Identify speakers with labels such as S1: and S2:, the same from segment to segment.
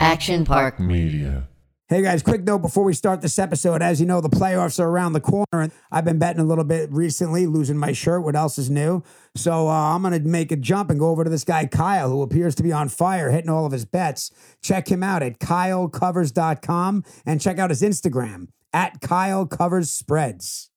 S1: Action Park.
S2: Media.
S3: Hey guys, quick note before we start this episode. As you know, the playoffs are around the corner, and I've been betting a little bit recently, losing my shirt. What else is new? So uh, I'm going to make a jump and go over to this guy, Kyle, who appears to be on fire, hitting all of his bets. Check him out at kylecovers.com and check out his Instagram at Kyle Covers Spreads.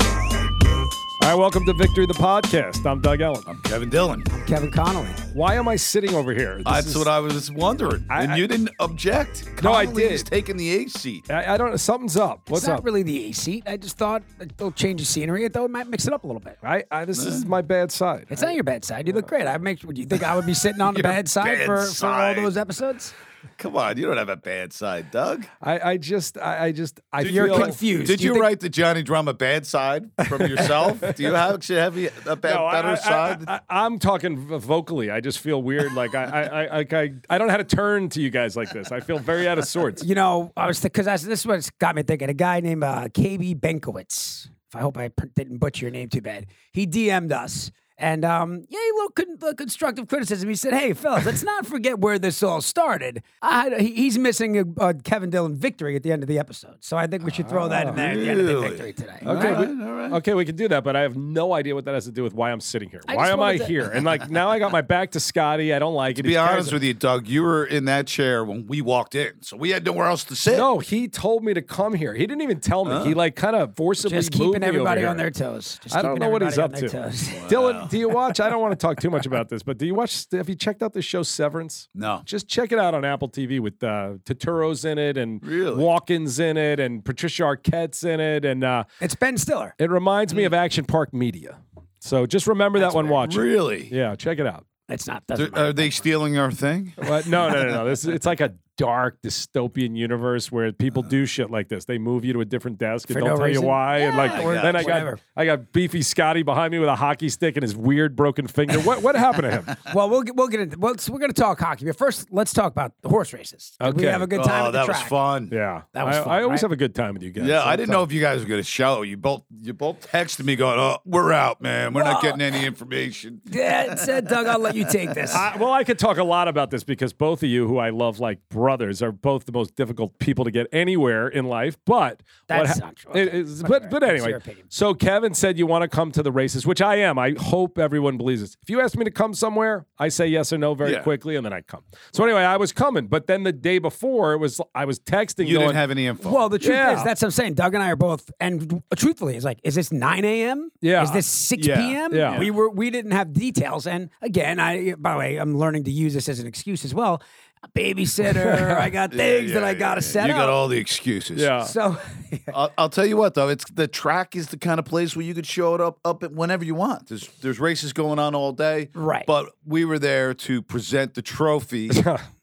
S4: All right, welcome to Victory the Podcast. I'm Doug Ellen.
S5: Kevin Dillon.
S3: Kevin Connolly.
S4: Why am I sitting over here? This
S5: That's
S4: is-
S5: what I was wondering.
S4: I-
S5: and
S4: I-
S5: you didn't object.
S4: No, I
S5: Connolly is
S4: did.
S5: taking the ace seat.
S4: I, I don't know. Something's up. What's
S6: it's not
S4: up?
S6: really the A seat. I just thought like, they'll change the scenery. Though it might mix it up a little bit.
S4: I, I, this is my bad side.
S6: It's not your bad side. You look great. I make. Do you think I would be sitting on the
S5: Your
S6: bad side
S5: bad
S6: for,
S5: side.
S6: for all those episodes?
S5: Come on, you don't have a bad side, Doug.
S4: I, I just, I, I just, I
S5: Did
S6: you're
S5: you-
S6: confused.
S5: Did
S6: You
S5: you,
S6: think-
S5: write the Johnny Drama bad side from yourself? Do you have, should have a a bad,
S4: No, I-
S5: better
S4: I,
S5: side?
S4: I, am talking v- vocally. I just feel weird. Like I, I, I, like I, I don't know how to turn to you guys like this. I feel very out of sorts.
S6: You know, I was because I was- this was got me thinking. A guy named uh, KB Benkowitz. If I hope I pr- didn't butcher your name too bad. He DM'd us. And um, yeah, a little con- uh, constructive criticism. He said, "Hey, fellas, let's not forget where this all started. I, he- he's missing a, a Kevin Dillon victory at the end of the episode, so I think we should throw that in there at the end of the
S5: Really?
S6: victory today.
S4: Okay,
S5: All
S4: we,
S5: right, all right.
S4: okay, we can do that, but I have no idea what that has to do with why I'm sitting here.
S6: I
S4: why
S6: just
S4: am I
S6: wanted to-
S4: here? And like now, I got my back to Scotty. I don't like it.
S5: to be honest with you, Doug, you were in that chair when we walked in, so we had nowhere else to sit.
S4: no, he told me to come here. He didn't even tell me. he like kind of forcibly
S6: Just
S4: moved
S6: keeping
S4: me over
S6: everybody on their
S4: here.
S6: toes. Just
S4: I don't
S6: keeping
S4: know what he's up
S6: everybody
S4: to.
S6: on their toes.
S4: Dylan, do you watch? I don't want to talk too much about this, but do you watch? Have you checked out the show Severance?
S5: No.
S4: Just check it out on Apple TV with uh, Totoro's in it and
S5: Really?
S4: Walkins in it and Patricia Arquette's in it, and uh,
S6: It's Ben Stiller.
S4: it reminds me of Action Park Media. So just remember that one. Watch. it.
S5: Mm. Really?
S4: Yeah, check it out.
S6: It's not.
S5: Th-
S6: Doesn't matter.
S5: Are they stealing our thing?
S4: But no, no, no, no. This is, it's like a dark dystopian universe where people do shit like this. They move you to a different desk and
S6: Uh-huh. For
S4: don't
S6: no
S4: tell
S6: reason?
S4: you why. and like
S5: Yeah,
S4: then I got
S6: whatever.
S4: I got beefy Scotty behind me with a hockey stick and his weird broken finger. What what happened to him?
S6: Well, we'll get, we'll get into. Well, so we're going to talk hockey, but first, let's talk about the horse races. Did we
S4: Okay.
S6: have a good time
S5: Oh,
S6: at the
S5: that was
S6: track?
S5: fun.
S4: Yeah,
S6: That was
S4: I,
S6: fun,
S4: I always
S6: right?
S4: have a good time with you guys.
S5: Yeah, I didn't know if you guys were going to show. You both, you both texted me going, "Oh, we're out, man. We're not getting any information."
S6: Yeah, it said Doug, I'll let you take this.
S4: I, Uh, well, I could talk a lot about this because both of you, who I love like brothers, are both the most difficult people to get anywhere in life. But
S6: That's
S4: what
S6: not true. Okay.
S4: it is-
S6: Okay.
S4: but but
S6: That's
S4: anyway,
S6: your opinion.
S4: so Kevin said you want to come to the races, which I am. I hope everyone believes this. If you ask me to come somewhere, I say yes or no very
S5: Yeah.
S4: quickly, and then I come. So anyway, I was coming, but then the day before, it was I was texting.
S5: You
S4: going,
S5: didn't have any info.
S6: well, the truth
S4: Yeah.
S6: is, that's what I'm saying. Doug and I are both, and truthfully, it's like, is this 9 a.m.?
S4: Yeah.
S6: Is this 6
S5: Yeah.
S6: p.m.?
S4: Yeah.
S6: We were we didn't have details, and again, I by the way, I'm learning to use this as an excuse as well. A babysitter, I got things that I got to set
S5: You
S6: up.
S5: got all the excuses.
S4: Yeah.
S6: so
S5: I'll, I'll tell you what though, it's the track is the kind of place where you could show it up up at whenever you want. There's there's races going on all day.
S6: Right.
S5: But we were there to present the trophy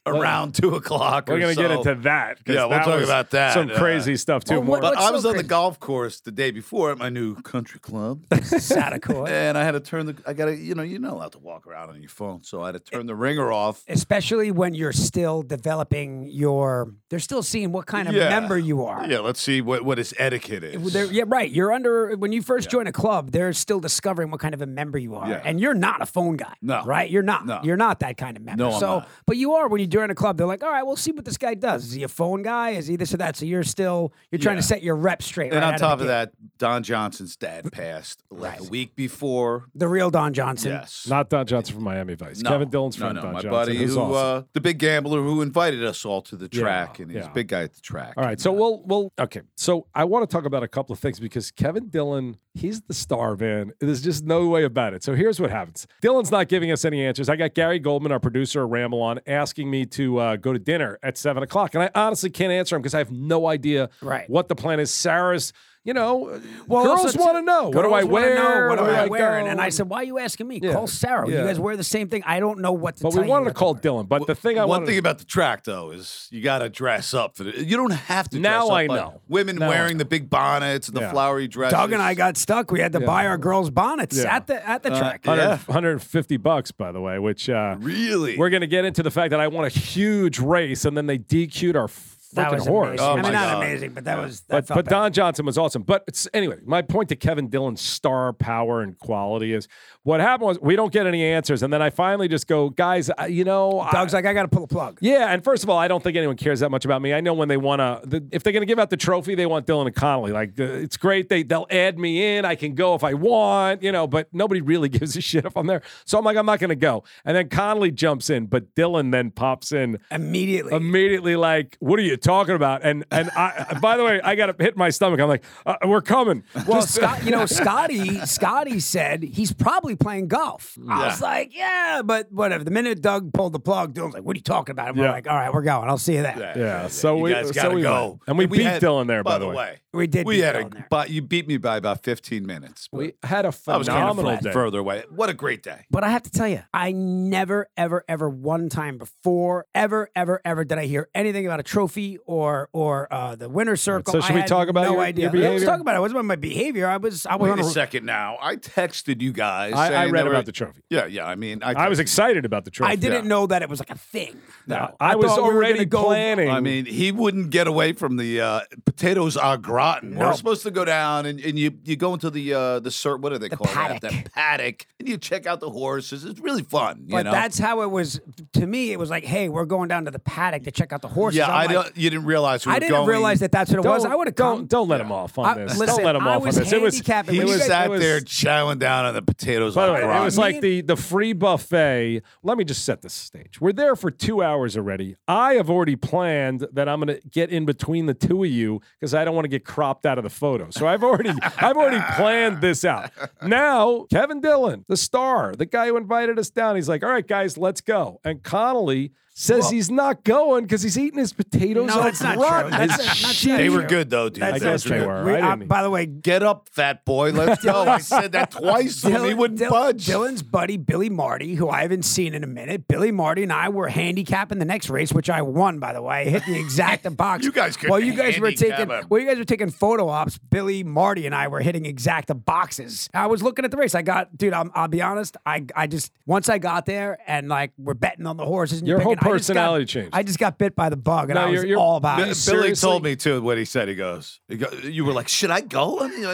S5: around two o'clock.
S4: We're
S5: or
S4: gonna get
S5: so.
S4: into that. 'cause
S5: Yeah, we'll
S4: that
S5: talk
S4: was
S5: about that.
S4: Some
S5: Uh,
S4: crazy stuff too.
S6: Well,
S4: More-
S5: But
S6: What's
S5: I
S6: so
S5: was on the
S6: crazy?
S5: golf course the day before at my new country club,
S6: Sadako,
S5: and I had to turn the. I gotta, you know, you're not allowed to walk around on your phone, so I had to turn the ringer off.
S6: especially when you're still developing your, they're still seeing what kind of
S5: Yeah.
S6: member you are.
S5: Yeah, let's see what what his etiquette is.
S6: They're, yeah, right. You're under when you first join a club. They're still discovering what kind of a member you are,
S5: Yeah.
S6: and you're not a phone guy.
S5: No.
S6: right? You're not.
S5: No.
S6: You're not that kind of member.
S5: No, I'm
S6: so,
S5: not.
S6: but you are when you join a club. They're like, all right, we'll see what this guy does. Is he a phone guy? Is he this or that? So you're still you're trying to set your rep straight.
S5: and
S6: right
S5: on
S6: out
S5: top
S6: the
S5: of
S6: gate.
S5: that, Don Johnson's dad passed like a week before.
S6: the real Don Johnson.
S5: Yes.
S4: not Don Johnson from Miami Vice.
S5: No,
S4: Kevin Dillon's friend
S5: no, no,
S4: Don
S5: my
S4: Johnson.
S5: buddy,
S4: who's
S5: who
S4: awesome.
S5: uh, the big gambler who invited us all to the track, and he's
S4: yeah.
S5: a big guy at the track.
S4: All right, so we'll we'll okay. So I want to talk about a couple of things because Kevin Dillon, he's the star, man. There's just no way about it. So here's what happens: Dillon's not giving us any answers. I got Gary Goldman, our producer, of ramble on, asking me to uh, go to dinner at seven o'clock, and I honestly can't answer him because I have no idea
S6: Right.
S4: what the plan is. Sarah's, you know,
S6: Well,
S4: girls
S6: also,
S4: want to know what do I
S6: girls wanna
S4: wear?
S6: Know, what do
S4: Where
S6: I,
S4: go?
S6: wear? And, and I said, why are you asking me? Call Sarah.
S4: Yeah.
S6: You guys wear the same thing. I don't know what to.
S4: but
S6: tell
S4: we wanted
S6: you
S4: to call Dillon. But the thing I
S5: One
S4: wanted
S5: thing about the track, though, is you got to dress up for the You don't have to.
S4: Now
S5: dress up
S4: I
S5: like
S4: know.
S5: Women
S4: Now I
S5: wearing the big bonnets and the
S4: Yeah.
S5: flowery dresses.
S6: Doug and I got stuck. We had to buy our girls bonnets
S4: Yeah.
S6: at the at the track.
S4: 100
S5: Yeah.
S4: 150 bucks, by the way, which uh,
S5: really.
S4: We're going to get into the fact that I won a huge race and then they DQ'd our f-
S6: that
S4: freaking
S6: was
S4: horse.
S6: amazing.
S5: Oh
S6: I mean,
S5: my
S6: not
S5: God.
S6: amazing, but that was. That
S4: But,
S6: felt
S4: but
S6: bad.
S4: Don Johnson was awesome. But it's, anyway, my point to Kevin Dillon's star power and quality is what happened was we don't get any answers. And then I finally just go, guys, I- you know, I-
S6: Doug's like, I got to pull a plug.
S4: yeah, and first of all, I don't think anyone cares that much about me. I know when they want to, the, if they're going to give out the trophy, they want Dylan and Connolly. Like, uh, it's great. They, they'll add me in. I can go if I want, you know, but nobody really gives a shit if I'm there. So I'm like, I'm not going to go. And then Connolly jumps in, but Dylan then pops in
S6: Immediately.
S4: immediately like, "What are you talking about?" And and I, by the way, I got to hit my stomach. I'm like, uh, "We're coming."
S6: Well, Scott, you know, Scotty, Scotty said he's probably playing golf. I was like, yeah, but whatever. The minute Doug pulled the plug, Dylan was like, what are you talking about? And we're
S4: Yeah.
S6: like, all right, we're going. I'll see you there.
S4: Yeah, so
S5: you
S4: we-
S5: guys
S4: so
S5: gotta
S4: we
S5: go,
S4: went. And we beat
S5: had-
S4: Dylan there, by the way.
S6: We did
S5: We
S6: beat
S5: had
S6: Dylan
S5: a,
S6: there.
S5: but you beat me by about fifteen minutes.
S4: we had a
S5: I was kind
S4: phenomenal
S5: of
S4: day.
S5: further away. What a great day!
S6: But I have to tell you, I never, ever, ever one time before, ever, ever, ever did I hear anything about a trophy or or uh, the winner's circle.
S4: so
S6: I
S4: should we
S6: had
S4: talk about
S6: no
S4: your-
S6: idea.
S4: your
S6: Let's
S4: behavior?
S6: talk about it. It wasn't about my behavior. I was I was
S5: Wait
S6: on
S5: a
S6: a
S5: second now. I texted you guys.
S4: I, I
S5: saying
S4: read
S5: that we-
S4: about the trophy.
S5: Yeah, yeah. I mean, I,
S4: I was excited about the trophy.
S6: I didn't
S5: Yeah.
S6: know that it was like a thing.
S4: I,
S6: No,
S4: was
S6: thought we were
S4: already
S6: gonna go-
S4: planning.
S5: I mean, he wouldn't get away from the uh, potatoes au gratin.
S6: No.
S5: We're supposed to go down and, and you you go into the uh, the cert. What do they call
S6: paddock.
S5: that? The paddock, and you check out the horses. It's really fun. You
S6: But
S5: know?
S6: that's how it was to me. It was like, hey, we're going down to the paddock to check out the horses.
S5: yeah.
S6: I'm
S5: I
S6: like,
S5: don't. You didn't realize. We
S6: I
S5: were
S6: didn't
S5: going.
S6: realize that that's what it was.
S4: Don't-
S6: I would have
S4: don't
S6: come.
S4: don't let him off on
S6: I-
S4: this.
S6: listen,
S4: don't let him
S6: I
S4: off
S6: was
S4: on this. It was
S6: handicapped.
S5: He
S6: It was-
S5: sat
S4: it was-
S5: there chowing down on the potatoes
S4: By
S5: au
S4: the way,
S5: gratin.
S4: it was like the the free buffet. Let me just set the stage. We're there for two hours already. I have already planned that I'm going to get in between the two of you because I don't want to get cropped out of the photo. So I've already I've already planned this out. Now Kevin Dillon, the star, the guy who invited us down, he's like, "All right, guys, let's go." And Connolly says he's not going because he's eating his potatoes.
S6: No,
S4: on
S6: that's not true.
S4: rotten.
S6: That's
S4: His
S6: not- that's not
S4: shit.
S5: they were
S6: Sure.
S5: good though, dude.
S6: That's-
S4: I guess they were.
S6: We-
S4: I
S6: uh,
S4: didn't-
S6: by the way,
S5: Get up, fat boy. Let's go. I said that twice to him. He wouldn't
S6: Dylan-
S5: budge.
S6: Dylan's buddy Billy Marty, who I haven't seen in a minute. Billy Marty and I were handicapping the next race, which I won, by the way. I hit the exact box.
S5: You guys couldn't
S6: Well, you guys were
S5: handicap
S6: taking.
S5: him.
S6: Well, you guys were taking photo ops. Billy Marty and I were hitting exact boxes. I was looking at the race. I got, dude. I'm, I'll be honest. I, I just once I got there and like we're betting on the horses. And
S4: Your
S6: picking,
S4: whole
S6: I just got-
S4: personality changed.
S6: I just got bit by the bug, and
S4: No,
S6: I was
S4: you're- you're-
S6: all about
S5: Bi-
S6: it.
S5: Billy
S4: seriously?
S5: told me too what he said. He goes, he go- "You were like, should I go?" And, you know,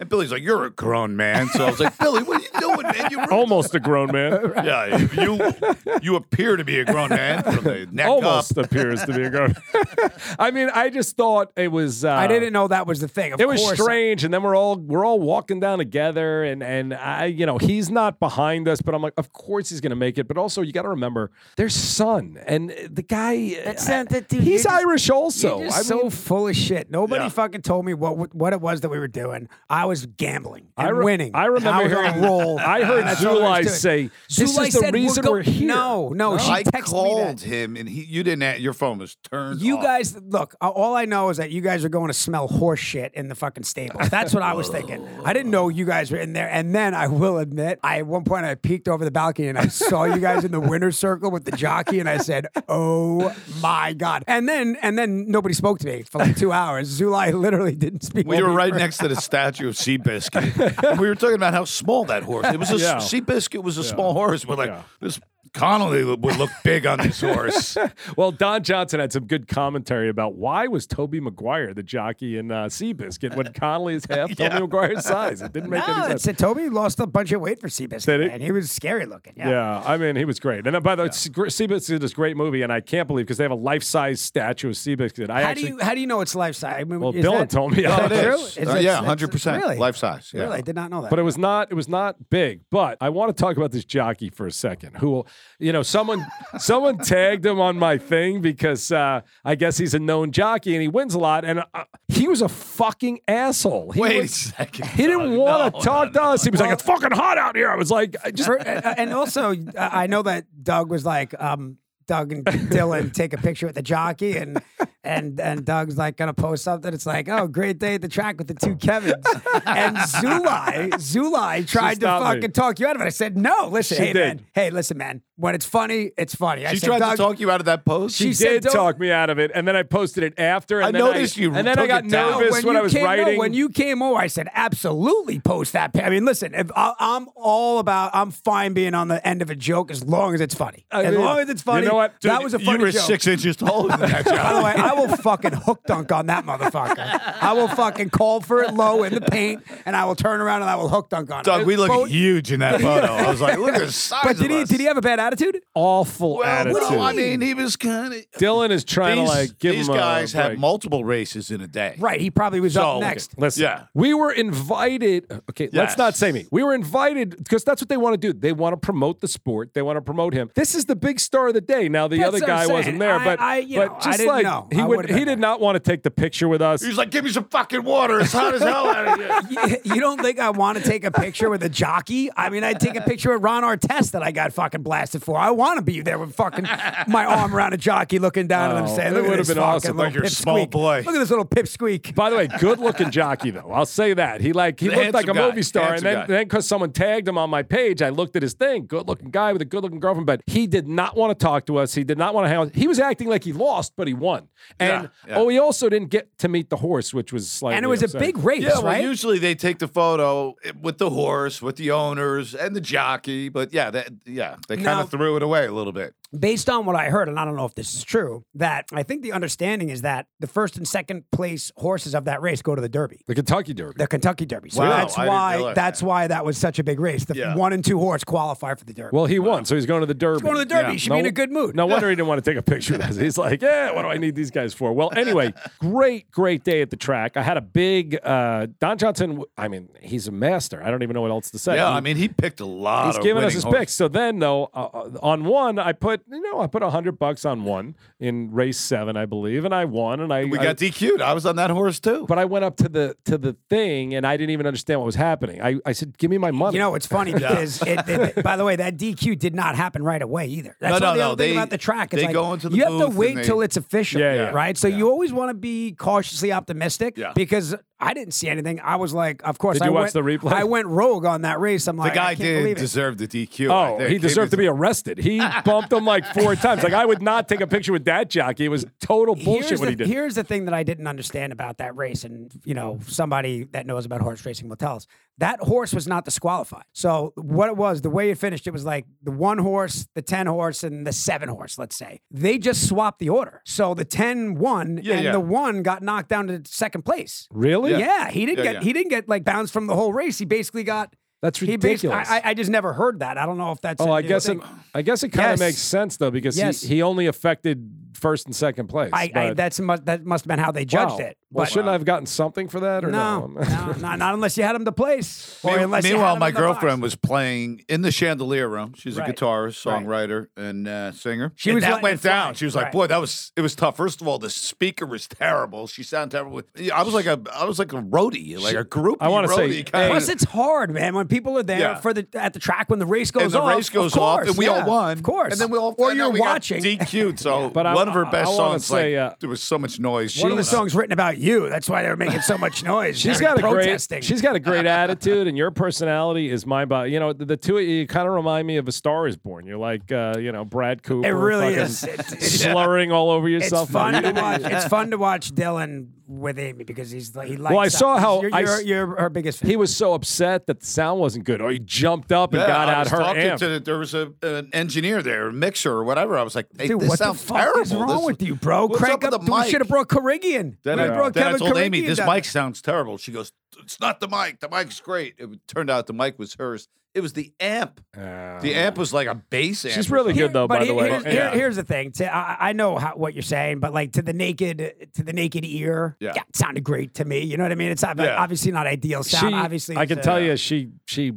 S5: and Billy's like, "You're a grown man." So I was like, "Billy, what are you doing, man? You were,
S4: Almost a grown man.
S5: yeah, you you appear to be a grown man from the neck
S4: Almost
S5: up."
S4: appears to be a grown. I mean, I just thought it was. Uh,
S6: I didn't know that was the thing. Of
S4: It was
S6: course.
S4: strange, and then we're all we're all walking down together, and and I, you know, he's not behind us, but I'm like, of course he's gonna make it. But also, you got to remember their son and the guy.
S6: That's not- that dude,
S4: he's
S6: you're just-
S4: Irish also.
S6: You're
S4: I
S6: just so
S4: mean,
S6: full of shit. Nobody
S5: Yeah.
S6: fucking told me what what it was that we were doing. I was gambling and
S4: I re-
S6: winning.
S4: I remember
S6: and I was on
S4: hearing-
S6: a roll.
S4: I heard
S6: That's all I was
S4: Zulai
S6: doing.
S4: say, "This
S6: Zulai
S4: is the
S6: said,
S4: reason
S6: go-"
S4: we're here.
S6: No, no, Oh, she
S5: I
S6: texted me
S5: called
S6: that.
S5: him, and he you didn't. a- Your phone was turned.
S6: You
S4: Oh.
S5: off.
S6: guys, look. uh, All I know is that you guys are going to smell horse shit in the fucking stable. That's what I was thinking. I didn't know you guys were in there. And then I will admit, I at one point I peeked over the balcony and I saw you guys in the winner's circle with the jockey, and I said, "Oh my god!" And then, and then nobody spoke to me for like two hours. Zulai literally didn't speak.
S5: We
S6: to
S5: were
S6: me
S5: right
S6: for-
S5: next to the statue of Seabiscuit. and we were talking about how small that horse. It was a
S4: Yeah.
S5: Seabiscuit was a small horse. We're like,
S4: Yeah.
S5: this Connolly would would look big on this horse.
S4: well, Don Johnson had some good commentary about why was Toby Maguire the jockey in uh, Seabiscuit when Connolly is half Toby Maguire's size. It didn't make any
S6: No, it
S4: sense.
S6: said Toby lost a bunch of weight for Seabiscuit,
S4: Did he?
S6: and he was scary looking. Yeah.
S4: Yeah. I mean, he was great. And uh, by the way, Seabiscuit Seabiscuit is a great movie, and I can't believe because they have a life size statue of Seabiscuit. I
S6: How
S4: actually,
S6: do you how do you know it's life size? I mean,
S4: well,
S6: is
S4: Dylan
S6: that-
S4: told me.
S5: Oh,
S4: I
S5: it
S4: actually-
S6: Really?
S5: is.
S6: Is
S5: Uh,
S6: it-
S5: yeah,
S6: it's-
S5: hundred percent
S6: really?
S5: life size. Yeah.
S6: Really, I did not know that.
S4: But it was not. It was not big. But I want to talk about this jockey for a second. Who, you know, someone someone tagged him on my thing because uh, I guess he's a known jockey and he wins a lot. And uh, he was a fucking asshole. He
S5: Wait a
S4: was-
S5: second.
S4: He didn't
S5: No,
S4: want
S5: no,
S4: to talk
S5: no,
S4: to us. He was like,
S6: Well-
S4: "It's fucking hot out here." I was like, I just
S6: For- uh, and also, uh, I know that Doug was like, um, Doug and Dylan take a picture with the jockey, and and and Doug's like gonna post something. It's like, oh, great day at the track with the two Kevins. And Zulai, Zulai tried to
S4: stopped me.
S6: fucking talk you out of it. I said, no, listen,
S4: She
S6: hey
S4: did.
S6: man, hey, listen, man. When it's funny, it's funny. I
S5: She
S6: said,
S5: tried
S6: Doug,
S5: to talk you out of that post.
S4: She
S6: said,
S4: did
S6: "Don't-"
S4: talk me out of it, and then I posted it after. And
S5: I
S4: then
S5: noticed you
S4: And then I
S5: took
S4: got
S5: it down.
S4: nervous when, I was
S6: came, no,
S4: writing.
S6: when you came over, I said, absolutely post that. pic." I mean, listen, if I, I'm all about, I'm fine being on the end of a joke as long as it's funny.
S4: I
S6: as
S4: mean,
S6: long as it's
S4: you
S6: funny.
S4: know what?
S6: That
S4: Dude,
S6: was a
S5: you
S6: funny
S5: were
S6: joke.
S5: six inches taller than that job.
S6: By the way, I will fucking hook dunk on that motherfucker. I will fucking call for it low in the paint, and I will turn around and I will hook dunk on
S5: Doug,
S6: it.
S5: we look
S6: But-
S5: huge in that photo. I was like, look at the size
S6: But did
S5: of
S6: he
S5: us.
S6: did he have a bad attitude?
S4: Awful
S5: well,
S4: attitude.
S5: no, I mean, he was kind of.
S4: Dylan is trying
S5: These,
S4: to like give
S5: these
S4: him a
S5: guys have
S4: break.
S5: multiple races in a day.
S6: Right, he probably was
S5: So-
S6: up next.
S4: Listen,
S5: Yeah.
S4: we were invited. Okay, let's
S5: Yes.
S4: not say me. We were invited because that's what they want to do. They want to promote the sport. They want to promote him. This is the big star of the day. Now the
S6: That's
S4: other
S6: what I'm
S4: guy
S6: saying.
S4: wasn't there,
S6: I-
S4: but
S6: I- you
S4: but
S6: know, I
S4: just
S6: didn't
S4: like
S6: know.
S4: he
S6: I
S4: would,
S6: would've
S4: he
S6: been
S4: did
S6: there.
S4: not want to take the picture with us.
S5: He's like, give me some fucking water. It's hot as hell out of here.
S6: You, you don't think I want to take a picture with a jockey? I mean, I'd take a picture with Ron Artest that I got fucking blasted for. I want to be there with fucking my arm around a jockey looking down at
S4: Oh,
S6: him saying,
S4: it
S6: look at
S4: would've
S6: this
S4: been
S6: fucking
S4: awesome.
S6: little
S5: Like you're a small
S6: pipsqueak.
S5: boy.
S6: Look at this little pipsqueak.
S4: By the way, good looking jockey though. I'll say that. He like he
S5: The
S4: looked like a
S5: handsome guy.
S4: movie star, and
S5: Handsome
S4: then
S5: guy.
S4: then because someone tagged him on my page, I looked at his thing. Good looking guy with a good looking girlfriend, but he did not want to talk to us. He did not want to hang. out. He was acting like he lost, but he won. And
S5: Yeah, yeah.
S4: oh, he also didn't get to meet the horse, which was slightly
S6: And it was a
S4: upsetting.
S6: big race,
S5: Yeah, well,
S6: right?
S5: usually they take the photo with the horse, with the owners, and the jockey. But yeah, that yeah, they kind
S6: Now-
S5: of threw it away a little bit.
S6: based on what I heard, and I don't know if this is true, that I think the understanding is that the first and second place horses of that race go to the Derby.
S4: the Kentucky Derby.
S6: The Kentucky Derby. So
S5: Wow,
S6: that's
S5: I didn't
S6: why
S5: realize
S6: that's
S5: that.
S6: why that was such a big race. The
S5: Yeah.
S6: one and two horse qualify for the Derby.
S4: Well, he won, so he's going to the Derby.
S6: going to the Derby. He should be in a good mood.
S4: No wonder he didn't want to take a picture with us. He's like, yeah, what do I need these guys for? Well, anyway, great, great day at the track. I had a big uh, Don Johnson. I mean, he's a master. I don't even know what else to say.
S5: Yeah,
S4: He-
S5: I mean, he picked a lot.
S4: He's
S5: of
S4: giving us
S5: winning
S4: his
S5: horses.
S4: picks. So then, though, uh, uh, on one, I put you know I put a hundred bucks on one in race seven, I believe, and I won. And I
S5: We
S4: I-
S5: got DQ'd. I was on that horse too.
S4: but I went up to the to the thing, and I didn't even understand what was happening. I, I said, "Give me my money."
S6: You know, it's funny because it, it- by the way, that DQ did not happen right away either. That's
S5: No,
S6: all the
S5: no, no,
S6: other thing
S5: they-
S6: about the track. It's
S5: they
S6: like,
S5: go into the
S6: you have
S5: booth
S6: to
S5: and
S6: wait
S5: they-
S6: till it's official,
S4: Yeah, yeah.
S6: right? So you always want to be cautiously optimistic
S5: Yeah.
S6: because I didn't see anything. I was like, of course.
S4: Did you
S6: I went,
S4: watch the replay?
S6: I went rogue on that race. I'm
S5: the
S6: like,
S5: guy
S6: I can't believe
S5: did
S6: it.
S5: deserve the DQ. I
S4: Oh,
S5: think.
S4: he deserved to
S5: was-
S4: be arrested. He bumped him like four times. Like I would not take a picture with that jockey. It was total bullshit
S6: here's
S4: what
S6: the,
S4: he did.
S6: Here's the thing that I didn't understand about that race, and you know, somebody that knows about horse racing will tell us that horse was not disqualified. So what it was, the way it finished, it was like the one horse, the ten horse, and the seven horse. Let's say they just swapped the order. So the 10 won,
S5: Yeah,
S6: and
S5: yeah.
S6: the one got knocked down to second place.
S4: really?
S6: Yeah, he didn't
S5: Yeah,
S6: get
S5: yeah.
S6: he didn't get like bounced from the whole race. He basically got.
S4: That's
S6: He basically,
S4: ridiculous.
S6: I, I- I just never heard that. I don't know if that's.
S4: oh,
S6: a
S4: I
S6: new
S4: guess it.
S6: thing.
S4: I guess it kind of
S6: Yes.
S4: makes sense though because
S6: Yes.
S4: he, he only affected first and second place.
S6: I, I
S4: but-
S6: that's mu- that must have been how they judged
S4: Wow.
S6: it.
S4: Well,
S6: but-
S4: shouldn't I have gotten something for that or
S6: No,
S4: no?
S6: no, not, not unless you had him to place. Or
S5: Mean-
S6: unless you had
S5: meanwhile,
S6: him
S5: my
S6: in the box.
S5: girlfriend was playing in the chandelier room. She's a
S6: Right.
S5: guitarist, songwriter, and uh, singer.
S6: She
S5: And
S6: was
S5: that
S6: letting
S5: went
S6: it fly.
S5: down. She was like,
S6: Right.
S5: "Boy, that was it was tough." First of all, the speaker was terrible. She sounded terrible. Yeah, I was like a I was like a roadie, like a group.
S4: I wanna
S5: want to
S4: say, hey,
S6: Plus, it's hard, man. When people are there
S5: Yeah.
S6: for the at the track when the race goes
S5: and the
S6: off,
S5: race goes
S6: of course,
S5: off, and we
S6: yeah,
S5: all won.
S6: of course.
S5: and then we all
S6: or
S5: and
S6: you're
S5: then we got
S6: watching.
S5: DQ'd. So
S4: But I-
S5: one of her
S4: I-
S5: best
S4: I wanna
S5: songs,
S4: say,
S5: like
S4: uh,
S5: there was so much noise.
S6: One of the
S5: was-
S6: songs written about you. That's why they were making so much noise.
S4: She's
S6: They were
S4: got a
S6: protesting.
S4: great. She's got a great attitude, and your personality is mind boggling. You know, the, the two of you kind of remind me of A Star Is Born. You're like, uh, you know, Brad Cooper.
S6: it really
S4: fucking
S6: is. It's, it's-
S4: Slurring all over
S6: it's
S4: yourself.
S6: fun to watch. It's fun to watch Dylan with Amy because he's like he likes.
S4: I
S6: us.
S4: saw how
S6: you're,
S4: I
S6: you're,
S4: s-
S6: you're her biggest fan.
S4: He was so upset that the sound wasn't good, or he jumped up and
S5: Yeah,
S4: got
S5: I
S4: out
S5: was
S4: her
S5: talking
S4: amp.
S5: to the, there was a, an engineer there, a mixer or whatever. I was like, hey,
S6: Dude,
S5: this
S6: what the
S5: sounds
S6: fuck
S5: terrible.
S6: is wrong
S5: This-
S6: with you, bro?
S5: What's
S6: Crank
S5: up
S6: up.
S5: with the
S6: we
S5: mic?
S6: should have brought Carrigan.
S5: Then,
S6: we
S5: I,
S6: brought
S5: then I
S6: Kevin
S5: told Amy,
S6: Karigian
S5: this
S6: down
S5: mic sounds terrible. She goes, it's not the mic. The mic's great. It turned out the mic was hers. It was the amp.
S4: Uh,
S5: The amp was like a bass amp.
S4: She's really good though,
S6: but
S4: by the
S6: here-
S4: way.
S6: Here's,
S4: Yeah.
S6: here- here's the thing. To, I, I know how, what you're saying, but like to the naked, to the naked ear,
S5: Yeah.
S6: it sounded great to me. You know what I mean? It's ob-
S5: Yeah.
S6: obviously not ideal sound. obviously,
S4: I
S6: it's
S4: can
S6: a-
S4: tell you, she she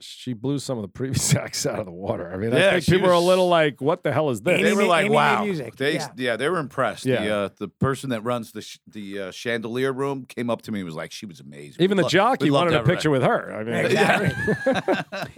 S4: she blew some of the previous acts out of the water. I mean, I
S5: Yeah,
S4: think
S5: she
S4: people are a
S5: was-
S4: little like, "What the hell is this?"
S5: They
S6: Amy
S5: were
S6: made-
S5: like,
S6: Amy made
S5: wow.
S6: music.
S5: They,
S6: Yeah.
S5: yeah. they were impressed.
S4: Yeah.
S5: The, uh, the person that runs the sh- the uh, chandelier room came up to me and was like, she was amazing.
S4: Even
S5: We
S4: the
S5: lo-
S4: jockey
S5: we loved
S4: wanted a
S5: having her.
S4: picture with her. I mean,
S6: Exactly.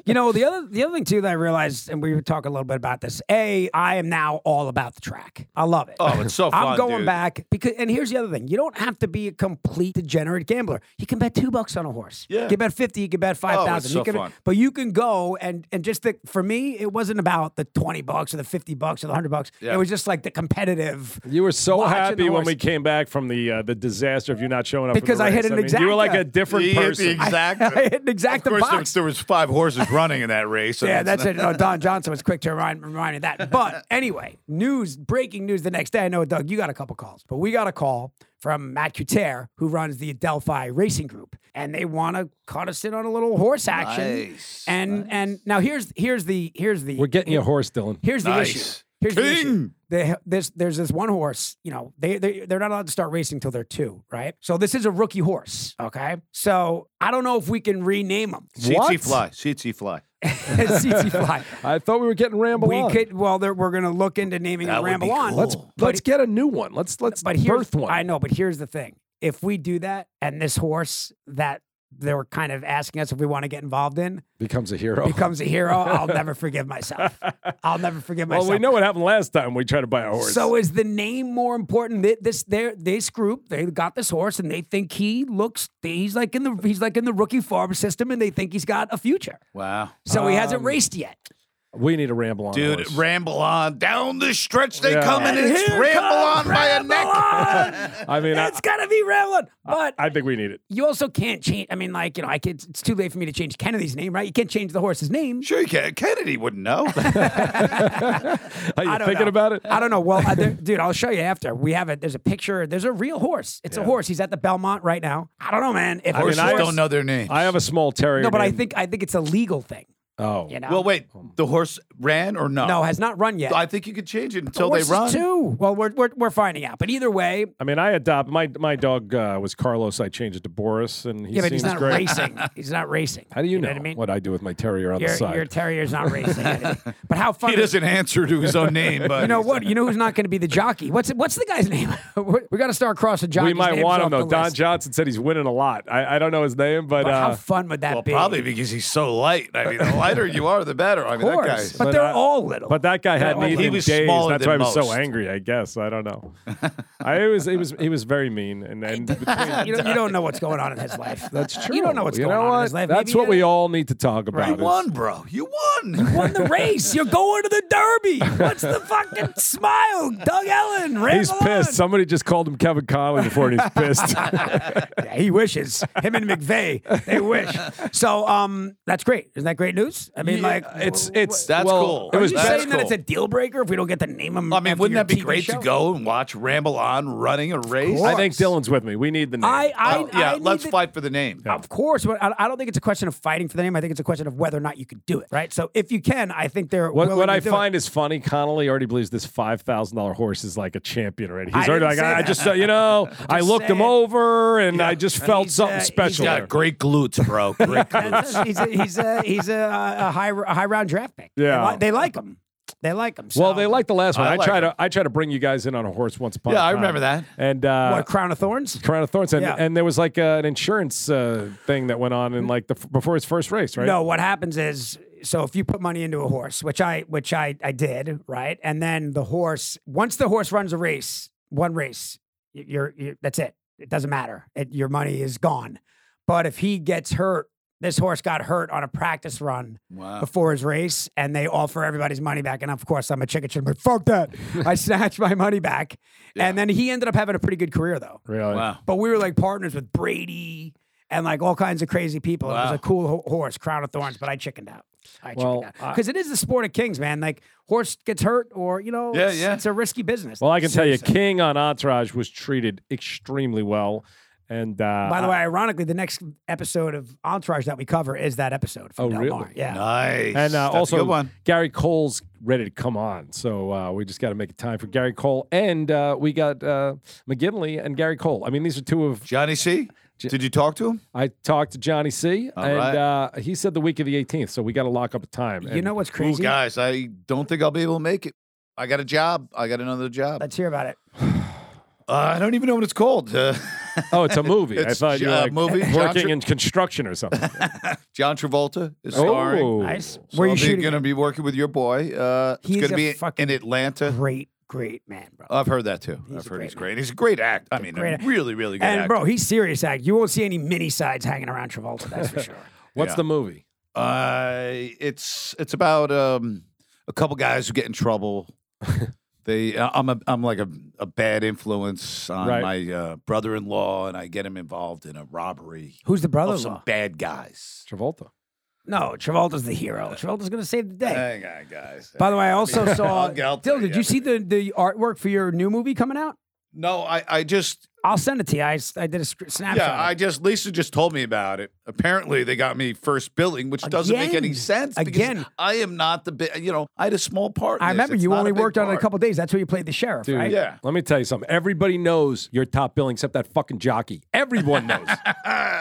S6: you know the other the other thing too that I realized, and we were talking a little bit about this. A, I am now all about the track. I love it.
S5: Oh, it's so
S6: I'm
S5: fun,
S6: going
S5: dude.
S6: back because, and here's the other thing: you don't have to be a complete degenerate gambler. You can bet two bucks on a horse.
S5: Yeah. Oh,
S6: You can bet fifty. You can bet five thousand.
S5: so
S6: you can,
S5: fun.
S6: but But you can go and and just think. For me, it wasn't about the twenty bucks or the fifty bucks or the hundred bucks.
S5: Yeah.
S6: It was just like the competitive.
S4: You were so
S6: watching the
S4: happy when
S6: horse.
S4: we came back from the uh, the disaster of you not showing up for the
S6: Because I hit
S4: race.
S6: an
S4: mean, You were like
S6: exacta.
S4: a different
S5: He hit the
S4: person.
S5: exact.
S6: I hit an exact
S5: Of course, there,
S6: box.
S5: there was five horses running in that race. so
S6: Yeah, that's it. No, Don Johnson was quick to remind, remind me of that. But anyway, news, breaking news the next day. I know, Doug, you got a couple calls, but we got a call from Matt Couture, who runs the Delphi Racing Group, and they want to cut us in on a little horse action.
S5: Nice,
S6: and and now here's here's the here's the
S4: We're getting you a horse, Dylan.
S6: Here's the
S5: Nice.
S6: issue. Here's the issue. They, ha- there's there's this one horse. You know, they they they're not allowed to start racing till they're two, right? So this is a rookie horse. Okay, so I don't know if we can rename him
S5: CT Fly, CT Fly.
S6: CT Fly.
S4: I thought we were getting ramble
S6: We
S4: on.
S6: could well, there- we're going to look into naming
S5: That
S6: him
S5: would
S6: Ramble
S5: be
S6: On.
S5: cool.
S4: Let's
S5: But-
S4: let's get a new one. Let's let's
S6: but here's,
S4: birth one.
S6: I know, but here's the thing: if we do that, and this horse that they were kind of asking us if we want to get involved in
S4: Becomes a
S5: Oh.
S4: hero.
S6: becomes a hero, I'll never forgive myself. I'll never forgive
S4: well,
S6: myself.
S4: we know what happened last time we tried to buy a horse.
S6: So is the name more important? Th- This their this group they got this horse and they think he looks he's like in the he's like in the rookie farm system and they think he's got a future.
S5: Wow,
S6: So he hasn't
S5: Um,
S6: raced yet.
S4: we need a ramble on.
S5: dude,
S4: horse.
S5: ramble on down the stretch. They
S4: Yeah.
S5: coming and it's
S6: Here
S5: ramble on
S6: comes
S5: by a
S6: Ramble
S5: neck.
S6: On!
S4: I mean, I,
S6: it's gotta be Ramblin.
S5: Uh,
S6: But
S4: I think we need it.
S6: you also can't change. I mean, like you know, I can, it's too late for me to change Kennedy's name, right? You can't change the horse's name.
S5: Sure, you can. Kennedy wouldn't know.
S4: Are you
S6: I don't
S4: thinking
S6: know.
S4: about it?
S6: I don't know. Well, I, there- dude, I'll show you after. We have it. There's a picture. There's a real horse. It's a horse. He's at the Belmont right now. I don't know, man. If
S5: Horses
S6: there's
S4: I-
S5: don't know their names.
S4: I have a small terrier.
S6: no, but I
S4: named-
S6: think I think it's a legal thing.
S4: Oh,
S6: You know.
S5: Well, wait. The horse ran or no?
S6: No, has not run yet.
S5: I think you could change it until they
S6: Horses
S5: run.
S6: too. Well, we're, we're we're finding out. But either way,
S4: I mean, I adopt my my dog uh, was Carlos. I changed it to Boris, and he
S6: yeah, but
S4: seems
S6: he's not
S4: great.
S6: racing. He's not racing.
S4: How do you, know,
S6: what I mean?
S4: what I do with my terrier on
S6: Your,
S4: the side?
S6: your terrier's not racing. Kennedy. but how
S5: He
S6: funny.
S5: doesn't answer to his own name, but
S6: You know what? You know who's not going to be the jockey? What's what's the guy's name? we got to start crossing jockeys.
S4: we might
S6: names
S4: want him
S6: off
S4: though.
S6: the
S4: Don
S6: list.
S4: Johnson said he's winning a lot. I, I don't know his name, but,
S6: But how
S4: uh,
S6: fun would that
S5: Well,
S6: be?
S5: probably because he's so light. I mean, the lighter you are, the better. I mean,
S6: Of
S5: that
S6: course.
S5: guy.
S6: but,
S4: But
S6: they're
S4: I-
S6: all little.
S4: but that guy had
S6: Yeah, well,
S4: me
S6: he
S4: in
S5: was
S4: days.
S5: smaller
S4: That's
S5: than
S4: why I was so
S5: most.
S4: angry. I guess I don't know. I was he was he was very mean, and and between,
S6: you, don't, you don't know what's going on in his life. That's true. You don't know what's
S4: you
S6: going
S4: know
S6: on
S4: what?
S6: in his life.
S4: That's
S6: Maybe
S4: what
S6: you-
S4: we all need to talk about.
S5: You
S4: is-
S5: won, bro. You won.
S6: won the race. You're going to the Derby. What's the fucking smile, Doug Ellen?
S4: He's
S6: ramble
S4: pissed.
S6: on.
S4: Somebody just called him Kevin Conley before, and he's pissed.
S6: Yeah, he wishes him and McVeigh. They wish. So, um, that's great. Isn't that great news? I mean, like,
S4: it's
S6: w-
S4: it's
S5: That's
S4: well,
S5: cool.
S4: It
S6: Are
S4: was
S6: you
S5: that's
S6: saying that
S5: cool.
S6: it's a deal breaker if we don't get to name him?
S5: I mean,
S6: after
S5: wouldn't
S6: your
S5: that be
S6: TV
S5: great
S6: show?
S5: to go and watch Ramble On running a race?
S4: I think Dylan's with me. We need the name.
S6: I, I,
S5: Oh, yeah,
S6: I need
S5: let's
S6: to-
S5: fight for the name.
S6: Of course, but I I don't think it's a question of fighting for the name. I think it's a question of whether or not you can do it, right? So if you can, I think they're
S4: What,
S6: willing
S4: what
S6: to
S4: I
S6: do it.
S4: find is funny, Connolly already believes this five thousand dollar horse is like a champion already. He's
S6: I
S4: already like,
S6: didn't say
S4: I, I
S6: that.
S4: just, uh, you know, I looked him
S6: saying.
S4: over and I just felt
S6: he's,
S4: something
S6: uh, he's
S5: He's
S4: special.
S5: got
S4: there.
S5: great glutes, bro. Great glutes.
S6: That's it. he's a, he's a he's a, a high a high round draft pick. They
S4: Yeah.
S6: li- they, like him. They like him. So.
S4: well, they like the last one.
S5: I
S4: I,
S5: like
S4: try
S5: him.
S4: to, I try to bring you guys in on a horse once upon.
S5: Yeah,
S4: a
S5: I
S4: time.
S5: remember that.
S4: And uh,
S6: what crown of thorns.
S4: Crown of Thorns, and,
S6: Yeah.
S4: and there was like uh, an insurance uh, thing that went on in like the f- before his first race, right?
S6: No, what happens is so if you put money into a horse, which I which I I did, right? And then the horse once the horse runs a race, one race, y- you're, you that's it. It doesn't matter. It, your money is gone. But if he gets hurt, this horse got hurt on a practice run
S5: Wow.
S6: before his race, and they offer everybody's money back. And of course, I'm a chicken shit. I'm like, fuck that. I snatched my money back. And then he ended up having a pretty good career though.
S4: really.
S5: Wow.
S6: But we were like partners with Brady and like all kinds of crazy people. It was
S5: Wow.
S6: a cool ho- horse, Crown of Thorns, but I chickened out. I chickened
S4: Well,
S6: out
S4: I-
S6: because it is the sport of kings, man. Like horse gets hurt, or you know,
S5: Yeah,
S6: it's,
S5: yeah.
S6: it's a risky business.
S4: Well, I can tell you,
S6: Seriously.
S4: King on Entourage was treated extremely well, and uh,
S6: By the way, ironically, the next episode of Entourage that we cover is that episode. From
S4: Oh,
S6: Del
S4: really?
S6: Mar. Yeah.
S5: Nice.
S4: And uh,
S5: That's
S4: also,
S5: a good one.
S4: Gary Cole's ready to come on, so uh, we just got to make time for Gary Cole. And uh, we got uh, McGinley and Gary Cole. I mean, these are two of.
S5: Johnny C. Did you talk to him?
S4: I talked to Johnny C, and
S5: right.
S4: uh, he said the week of the 18th, so we got to lock up a time.
S6: You
S4: And
S6: know what's
S5: Ooh,
S6: crazy?
S5: guys, I don't think I'll be able to make it. I got a job. I got another job. Uh,
S6: Let's hear about it.
S5: I don't even know what it's called. Uh,
S4: oh, it's a movie. I
S5: It's
S4: thought you were
S5: a
S4: like
S5: movie. John
S4: working
S5: Tra-
S4: in construction or something.
S5: John Travolta is starring.
S4: oh,
S6: Nice.
S5: So
S6: Where
S5: Where
S6: you shooting?
S5: going to be working with your boy. Uh, it's
S6: He's
S5: going
S6: a
S5: to be
S6: fucking
S5: in Atlanta.
S6: Great, great man, bro.
S5: I've heard that too.
S6: He's
S5: I've
S6: a
S5: heard
S6: great
S5: he's
S6: man.
S5: great. He's a great act. I mean,
S6: great
S5: a
S6: act.
S5: really, really good
S6: and
S5: act.
S6: bro, he's serious act. You won't see any mini sides hanging around Travolta. That's for sure.
S4: what's
S5: Yeah.
S4: the movie?
S5: Uh, it's it's about um, a couple guys who get in trouble. they, I- I'm a, I'm like a, a bad influence on
S4: Right.
S5: my uh, brother-in-law, and I get him involved in a robbery
S6: Who's the
S5: of some
S6: brother-in-law?
S5: bad guys.
S4: Travolta.
S6: No, Travolta's the hero. Travolta's gonna save the day.
S5: Hang on, guys.
S6: By the way, I also saw.
S5: uh, I'll get- I'll
S6: Dylan,
S5: tell
S6: did
S5: you
S6: you see the, the artwork for your new movie coming out?
S5: no, I, I just
S6: I'll send it to you. I, s- I did a sc- snapshot.
S5: yeah, I just Lisa just told me about it. Apparently, they got me first billing, which doesn't make any
S6: Again.
S5: sense. because
S6: Again.
S5: I am not the big. You know, I had a small part. in
S6: I
S5: this.
S6: remember
S5: It's
S6: you
S5: not
S6: only
S5: big
S6: worked on it a
S5: part.
S6: couple days. That's where you played the sheriff,
S4: Dude,
S6: right?
S5: Yeah.
S4: Let me tell you something. Everybody knows you're top billing except that fucking jockey. Everyone knows.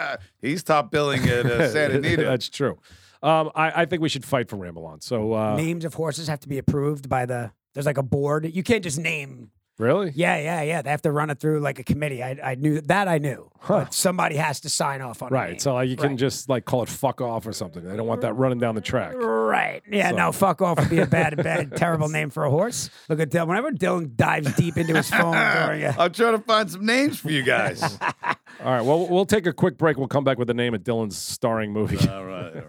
S5: He's top billing at uh, Santa Anita.
S4: That's true. Um, I, I think we should fight for Ramelon. So uh,
S6: Names of horses have to be approved by the. There's like a board. You can't just name.
S4: really,
S6: Yeah, yeah, yeah. They have to run it through like a committee. I, I knew that. I knew. But somebody has to sign off on. a name.
S4: right? So like, you can
S6: Right.
S4: just like call it "fuck off" or something. I don't want that running down the track.
S6: Right. Yeah,
S4: So-
S6: no, fuck off would be a bad, bad, terrible name for a horse. Look at Dylan. Whenever Dylan dives deep into his phone during a.
S5: I'm trying to find some names for you guys.
S4: All right. Well, we'll take a quick break. We'll come back with the name of Dylan's starring movie.
S5: all right, all right.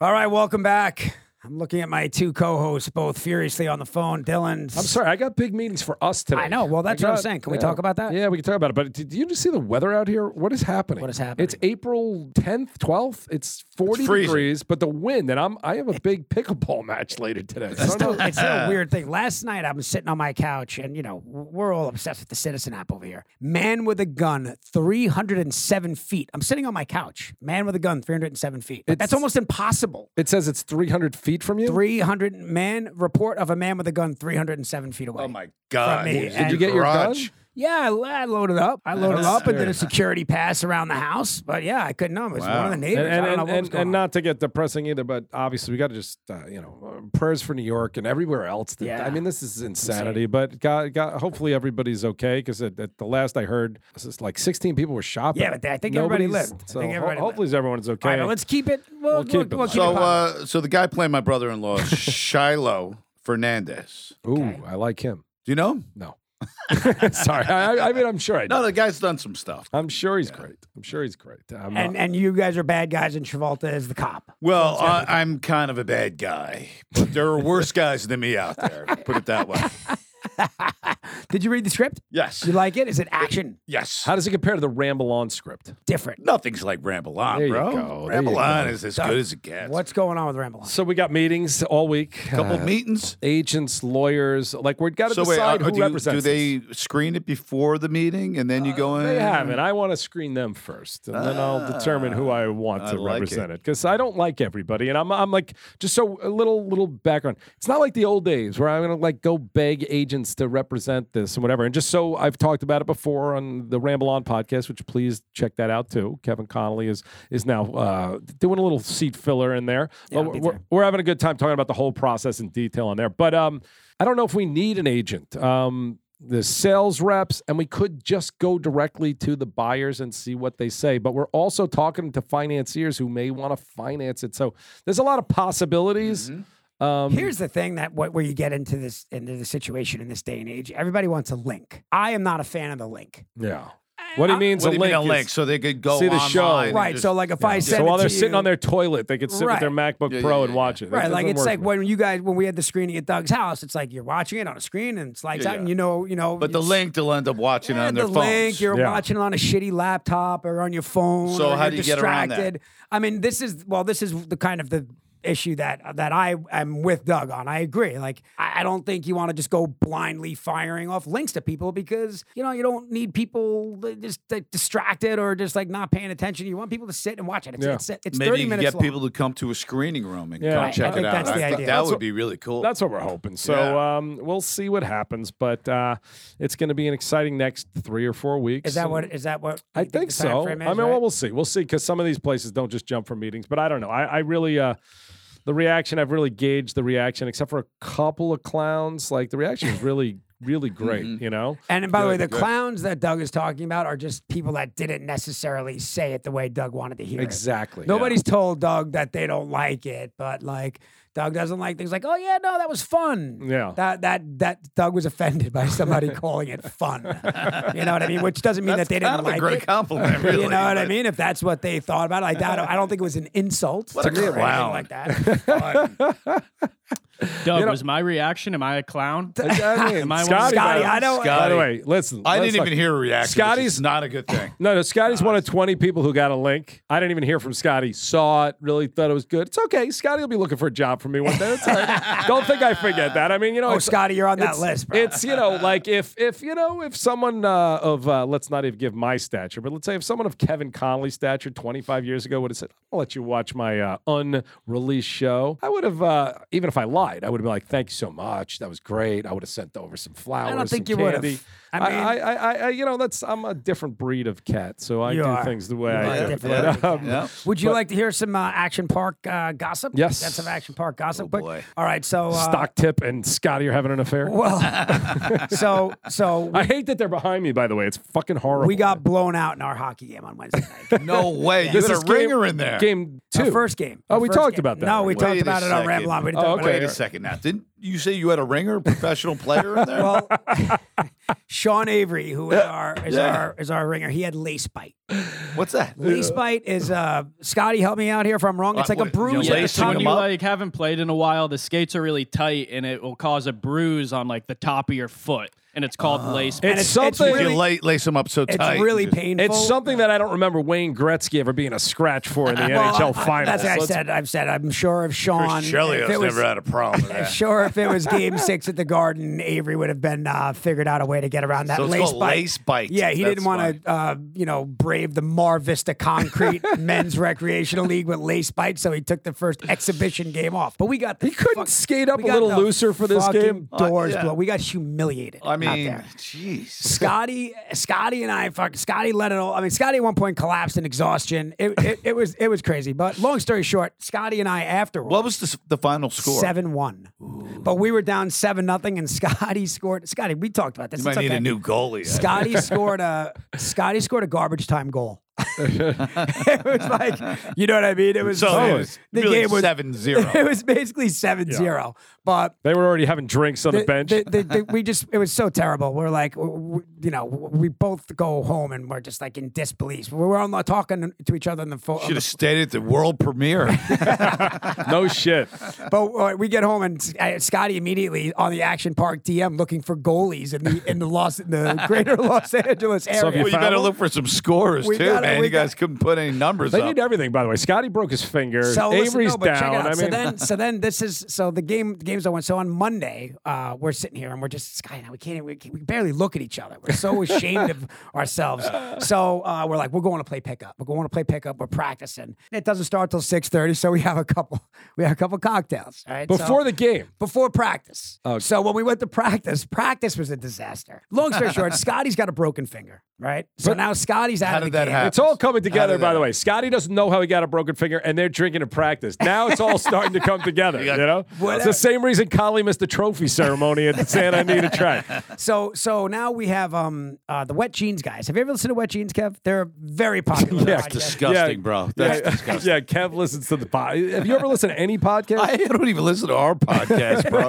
S6: All right, welcome back. I'm looking at my two co hosts both furiously on the phone. Dylan.
S4: I'm sorry, I got big meetings for us today.
S6: I know. Well, that's
S4: I
S6: what I'm
S4: got-
S6: saying. Can we
S4: yeah.
S6: talk about that?
S4: Yeah, we can talk about it. But did you just see the weather out here? What is happening?
S6: What is happening?
S4: It's April 10th, 12th. It's 40
S5: freezing.
S4: degrees, but the wind, and I'm I have a big pickleball match later today.
S6: It's
S4: So I don't
S6: still, it's still a weird thing. Last night, I'm sitting on my couch, and you know we're all obsessed with the Citizen app over here. Man with a gun, 307 feet. I'm sitting on my couch. Man with a gun, 307 feet. Like, that's
S4: It's-
S6: almost impossible.
S4: It says it's 300 feet from you.
S6: 300 man report of a man with a gun, 307 feet away.
S5: Oh my god!
S6: me,
S5: He's
S6: Did
S5: in
S6: you
S4: get your
S5: garage.
S6: Yeah, I, I loaded up. I loaded
S5: That's
S6: up and did a
S4: scary.
S6: security pass around the house. But yeah, I couldn't know. It was one
S5: Wow.
S6: of the
S4: And,
S6: neighbors.
S4: and,
S6: I don't know
S4: and,
S6: what was
S4: and,
S6: going on.
S4: not to get depressing either, but obviously we got to just uh, you know uh, prayers for New York and everywhere else. that-
S6: Yeah.
S4: I mean this is insanity, but God, God, hopefully everybody's okay because at, at the last I heard, this is like 16 people were shot.
S6: Yeah, but I think everybody
S4: Nobody's-
S6: lived. I
S4: So
S6: think
S4: ho-
S6: everybody
S4: hopefully everyone's okay.
S6: All right, but let's keep it. We'll,
S4: We'll keep
S6: we'll-
S4: it
S6: we'll
S4: light.
S6: keep it
S5: So,
S6: positive.
S5: uh, so the guy playing my brother-in-law, is Shiloh Fernandez.
S4: Ooh,
S6: okay.
S4: I like him.
S5: Do you know? him?
S4: No. Sorry. I, I- I mean, I'm sure I
S5: No,
S4: do.
S5: the guy's done some stuff.
S4: I'm sure he's great. I'm sure he's great. I'm,
S6: and
S4: uh,
S6: and you guys are bad guys, and Travolta is the cop.
S5: Well, I, I'm kind of a bad guy, but there are worse guys than me out there. Put it that way.
S6: Did you read the script?
S5: Yes.
S6: Do you like it? Is it action
S5: Yes.
S4: how does it compare to the Ramble On script?
S6: different?
S5: Nothing's like Ramble On,
S4: There you
S5: bro.
S4: go, there you
S5: Ramble
S4: go.
S5: On is as good as it gets.
S6: What's going on with Ramble?
S4: So we got meetings all week.
S5: couple
S4: uh,
S5: meetings?
S4: agents, lawyers. Like we've got to
S5: So wait, uh,
S4: decide who
S5: do, you- do
S4: represents. us.
S5: they screen it before the meeting and then you go in?
S4: They haven't. I want to screen them first, and then I'll determine who I want
S6: Ah,
S5: I
S4: to
S5: like it.
S4: represent it because I don't like everybody. And I'm, I'm like, just so a little, little background. It's not like the old days where I'm gonna like go beg agents to represent this and whatever. And just so I've talked about it before on the Ramble On podcast, which please check that out too. Kevin Connolly is is now uh, doing a little seat filler in there.
S6: Yeah, I'll
S4: But
S6: be
S4: we're,
S6: there.
S4: we're having a good time talking about the whole process in detail on there. But um, I don't know if we need an agent. Um, the sales reps, and we could just go directly to the buyers and see what they say. But we're also talking to financiers who may want to finance it. So there's a lot of possibilities.
S5: Mm-hmm.
S4: Um,
S6: Here's the thing that what where you get into this into the situation in this day and age. Everybody wants a link. I am not a fan of the link.
S4: yeah. What he means
S5: What
S4: a
S5: do you
S4: link.
S5: mean a
S4: is-
S5: link so they could go
S4: see the show.
S5: online and
S6: Right.
S5: just-
S6: so like if I said
S4: so while they're sitting on their toilet, they could sit with their MacBook
S5: Yeah,
S4: Pro
S5: yeah,
S4: and
S5: yeah,
S4: watch it. That
S6: Right, like
S4: doesn't
S6: it's
S4: work
S6: like
S4: for me.
S6: when you guys when we had the screening at Doug's house, it's like you're watching it on a screen and it's lights
S5: Yeah,
S6: out,
S5: yeah.
S6: and you know, you know.
S5: but the
S6: it's-
S5: link they'll end up watching
S6: Yeah,
S5: on their
S6: the
S5: phones.
S6: link. You're
S4: Yeah.
S6: watching it on a shitty laptop or on your phone.
S5: So
S6: or
S5: how
S6: you're
S5: do you get around
S6: distracted.
S5: that?
S6: I mean, this is well, this is the kind of the issue that that I am with Doug on. I agree. Like, I, I don't think you want to just go blindly firing off links to people because you know you don't need people that just like, distracted or just like not paying attention. You want people to sit and watch it. It's
S4: Yeah.
S6: it's, it's
S5: Maybe
S6: thirty
S5: you can
S6: minutes
S5: get
S6: long.
S5: people to come to a screening room and
S4: Yeah.
S5: come
S4: Right,
S5: check
S6: I think
S5: it out.
S6: that's the
S5: I think
S6: idea.
S5: That
S6: That's
S5: would
S4: what-
S5: be really cool.
S4: That's what we're hoping. So
S5: Yeah.
S4: um, we'll see what happens, but uh, it's going to be an exciting next three or four weeks.
S6: Is that
S4: and-
S6: what is that what
S4: I
S6: you
S4: think
S6: the time
S4: so. I
S6: frame
S4: mean,
S6: is, right?
S4: well, we'll see. We'll see because some of these places don't just jump from meetings. But I don't know. I, I really, uh, the reaction. I've really gauged the reaction, except for a couple of clowns. Like the reaction is really, really great.
S5: Mm-hmm.
S4: You know.
S6: And by the way, the
S5: Good, good.
S6: clowns that Doug is talking about are just people that didn't necessarily say it the way Doug wanted to hear it.
S4: Exactly.
S6: Nobody's told Doug that they don't like it, but like Doug doesn't like things like, oh yeah, no, that was fun.
S4: Yeah.
S6: That that that Doug was offended by somebody calling it fun. You know what I mean? Which doesn't mean that they didn't
S5: kind of
S6: like
S5: a great
S6: it.
S5: compliment, really.
S6: you know what I
S5: but
S6: mean? If that's what they thought about it, like that, I don't think it was an insult
S5: What a
S6: to me or anything
S5: clown.
S6: like that.
S5: fun.
S1: Doug,
S4: know-
S1: was my reaction? Am I a clown?
S4: I mean,
S1: Am I one
S4: Scotty,
S1: of those-
S6: Scotty,
S4: by-
S6: I don't.
S4: By
S5: Scotty.
S4: the way, listen.
S5: I
S4: let's
S5: didn't
S4: not-
S5: even hear a Uh, reaction.
S4: Scotty's-
S5: Scotty's not a good thing.
S4: No, no. Scotty's one of 20 people who got a link. I didn't even hear from Scotty. Saw it, really thought it was good. It's okay. Scotty will be looking for a job for me one day. It's all right. Don't think I forget that. I mean, you know,
S6: Oh,
S4: it's-
S6: Scotty, you're on that
S4: it's,
S6: list, bro.
S4: It's you know like if if you know if someone uh, of uh, let's not even give my stature, but let's say if someone of Kevin Connolly's stature 25 years ago would have said, "I'll let you watch my uh, unreleased show," I would have uh, even if I lied, I would have been like, "Thank you so much, that was great." I would have sent over some flowers.
S6: think
S4: some
S6: you would've.
S4: candy.
S6: I
S4: I,
S6: mean-
S4: I, I, I, you know, that's I'm a different breed of cat, so I
S6: You
S4: do
S6: are.
S4: things the way
S6: You
S4: I
S6: are
S4: do.
S6: different
S4: But,
S6: breed of
S4: um,
S5: Yeah.
S6: Would you
S4: But-
S6: like to hear some uh, Action Park uh, gossip?
S4: Yes.
S6: Got some Action Park gossip.
S5: Oh,
S6: quick?
S5: boy.
S6: All right. So, uh,
S4: Stock tip and Scotty are having an affair.
S6: well, so, so
S4: I hate that they're behind me. By the way, it's fucking horrible.
S6: we got blown out in our hockey game on Wednesday night.
S5: No way. You
S4: This
S5: had a
S4: is game-
S5: ringer in there.
S4: game two.
S6: Our first game.
S4: Oh,
S6: Our
S4: we
S6: first
S4: talked
S6: game.
S4: about that
S6: No, we
S4: already.
S6: talked
S5: Wait
S6: about
S5: a
S6: it on
S5: second.
S6: Ramblon. We didn't
S4: Oh,
S6: talk
S4: okay.
S5: Wait a
S6: about it.
S5: second now. Didn't you say you had a ringer, professional player in there?
S6: Well, Sean Avery, who is our is
S5: Yeah.
S6: our is our ringer, he had lace bite.
S5: What's that?
S6: Lace bite is uh Scotty, help me out here if I'm wrong. It's
S5: Uh,
S6: like a
S5: what- you know,
S6: bruise.
S1: Yeah,
S6: at the
S1: it's
S5: lacing
S6: top
S1: when
S6: of
S5: them
S1: you
S5: up?
S1: like haven't played in a while, the skates are really tight, and it will cause a bruise on like the top of your foot, and it's called
S5: Oh.
S1: lace.
S4: It's
S1: And
S6: it's- it's
S4: something.
S5: Did
S6: really-
S5: you lay, lace them up so
S6: It's
S5: tight?
S6: really
S5: Just-
S6: painful.
S4: It's something that I don't remember Wayne Gretzky ever being a scratch for in the
S6: Well,
S4: NHL
S6: I- I-
S4: finals.
S6: That's what I
S4: Let's-
S6: said. I've said I'm sure if
S5: Chris
S6: Sean, if
S5: Chelios
S6: it was,
S5: never had a problem with that.
S6: sure if it was Game Six at the Garden, Avery would have been uh, figured out a way to get around that
S5: So it's
S6: lace
S5: called
S6: bite.
S5: lace bite.
S6: Yeah, he didn't
S5: That's
S6: want to, uh, you know, brave the Mar Vista Concrete Men's Recreational League with lace bites, so he took the first exhibition game off. But we got the
S4: He couldn't
S6: fuck-
S4: skate up
S6: we
S4: a
S6: got
S4: little
S6: the
S4: looser for this
S6: fucking
S4: game.
S6: Doors
S5: yeah.
S6: blown. We got humiliated.
S5: I
S6: out
S5: mean,
S6: there.
S5: jeez.
S6: Scotty, Scotty, and I fuck. Scotty let it all. I mean, Scotty at one point collapsed in exhaustion. It, it, it was it was crazy. But long story short, Scotty and I afterwards
S5: What was the, s- the final score?
S6: seven one, but we were down seven nothing, and Scotty scored. Scotty, we talked about this.
S5: You might
S6: It's
S5: need
S6: okay.
S5: a new goalie. I
S6: Scotty scored a Scotty scored a garbage time goal. it was like you know what I mean. It was
S5: So it was
S6: the
S5: really
S6: game was
S5: 7-0.
S6: It was basically 7-0. but
S4: They were already having drinks on the, bench.
S6: the- the- the- we just it was so terrible. We're like, w- w- you know, w- we both go home and we're just like in disbelief. We were all not talking to each other on the phone.
S5: Should have stayed at the world premiere.
S4: no shit.
S6: But uh, we get home and uh, Scotty immediately on the Action Park DM looking for goalies in the in the Los in the Greater Los Angeles area.
S4: if you
S5: well, you
S4: found
S5: better
S4: him?
S5: look for some scores
S6: We
S5: too,
S6: gotta-
S5: man.
S6: we
S5: You guys
S6: got-
S5: couldn't put any numbers
S4: They
S5: up.
S4: need everything, by the way. Scotty broke his finger.
S6: So
S4: Avery's
S6: listen, no, but
S4: down.
S6: Check it out.
S4: I mean,
S6: so then, so then this is so the game the games I went. So on Monday, uh, we're sitting here and we're just Sky and I, we can't even- we, can, we barely look at each other. We're so ashamed of ourselves. So uh, we're like, we're going to play pickup. We're going to play pickup. We're practicing. And it doesn't start till six thirty. So we have a couple we have a couple cocktails. All right. So-
S4: before the game, Oh.
S6: before practice. So when we went to practice, practice was a disaster. Long story short, Scotty's got a broken finger, right? So now Scotty's out
S5: How
S6: of the
S5: did that
S6: game.
S5: happen?
S4: it's all coming together.
S5: did
S4: By
S5: that-
S4: the way, Scotty doesn't know how he got a broken finger, and they're drinking in practice. Now it's all starting to come together. You,
S5: got-
S4: know, it's the same reason Collie missed the trophy ceremony at the Santa Anita track.
S6: So so now we have um uh, the Wet Jeans guys. Have you ever listened to Wet Jeans, Kev? They're very popular.
S4: Yeah,
S6: podcast.
S5: That's disgusting,
S4: Yeah.
S5: bro. That's
S4: yeah,
S5: disgusting.
S4: yeah, Kev listens to the pod. Have you ever listened to any podcast?
S5: I don't even listen to our podcast, bro.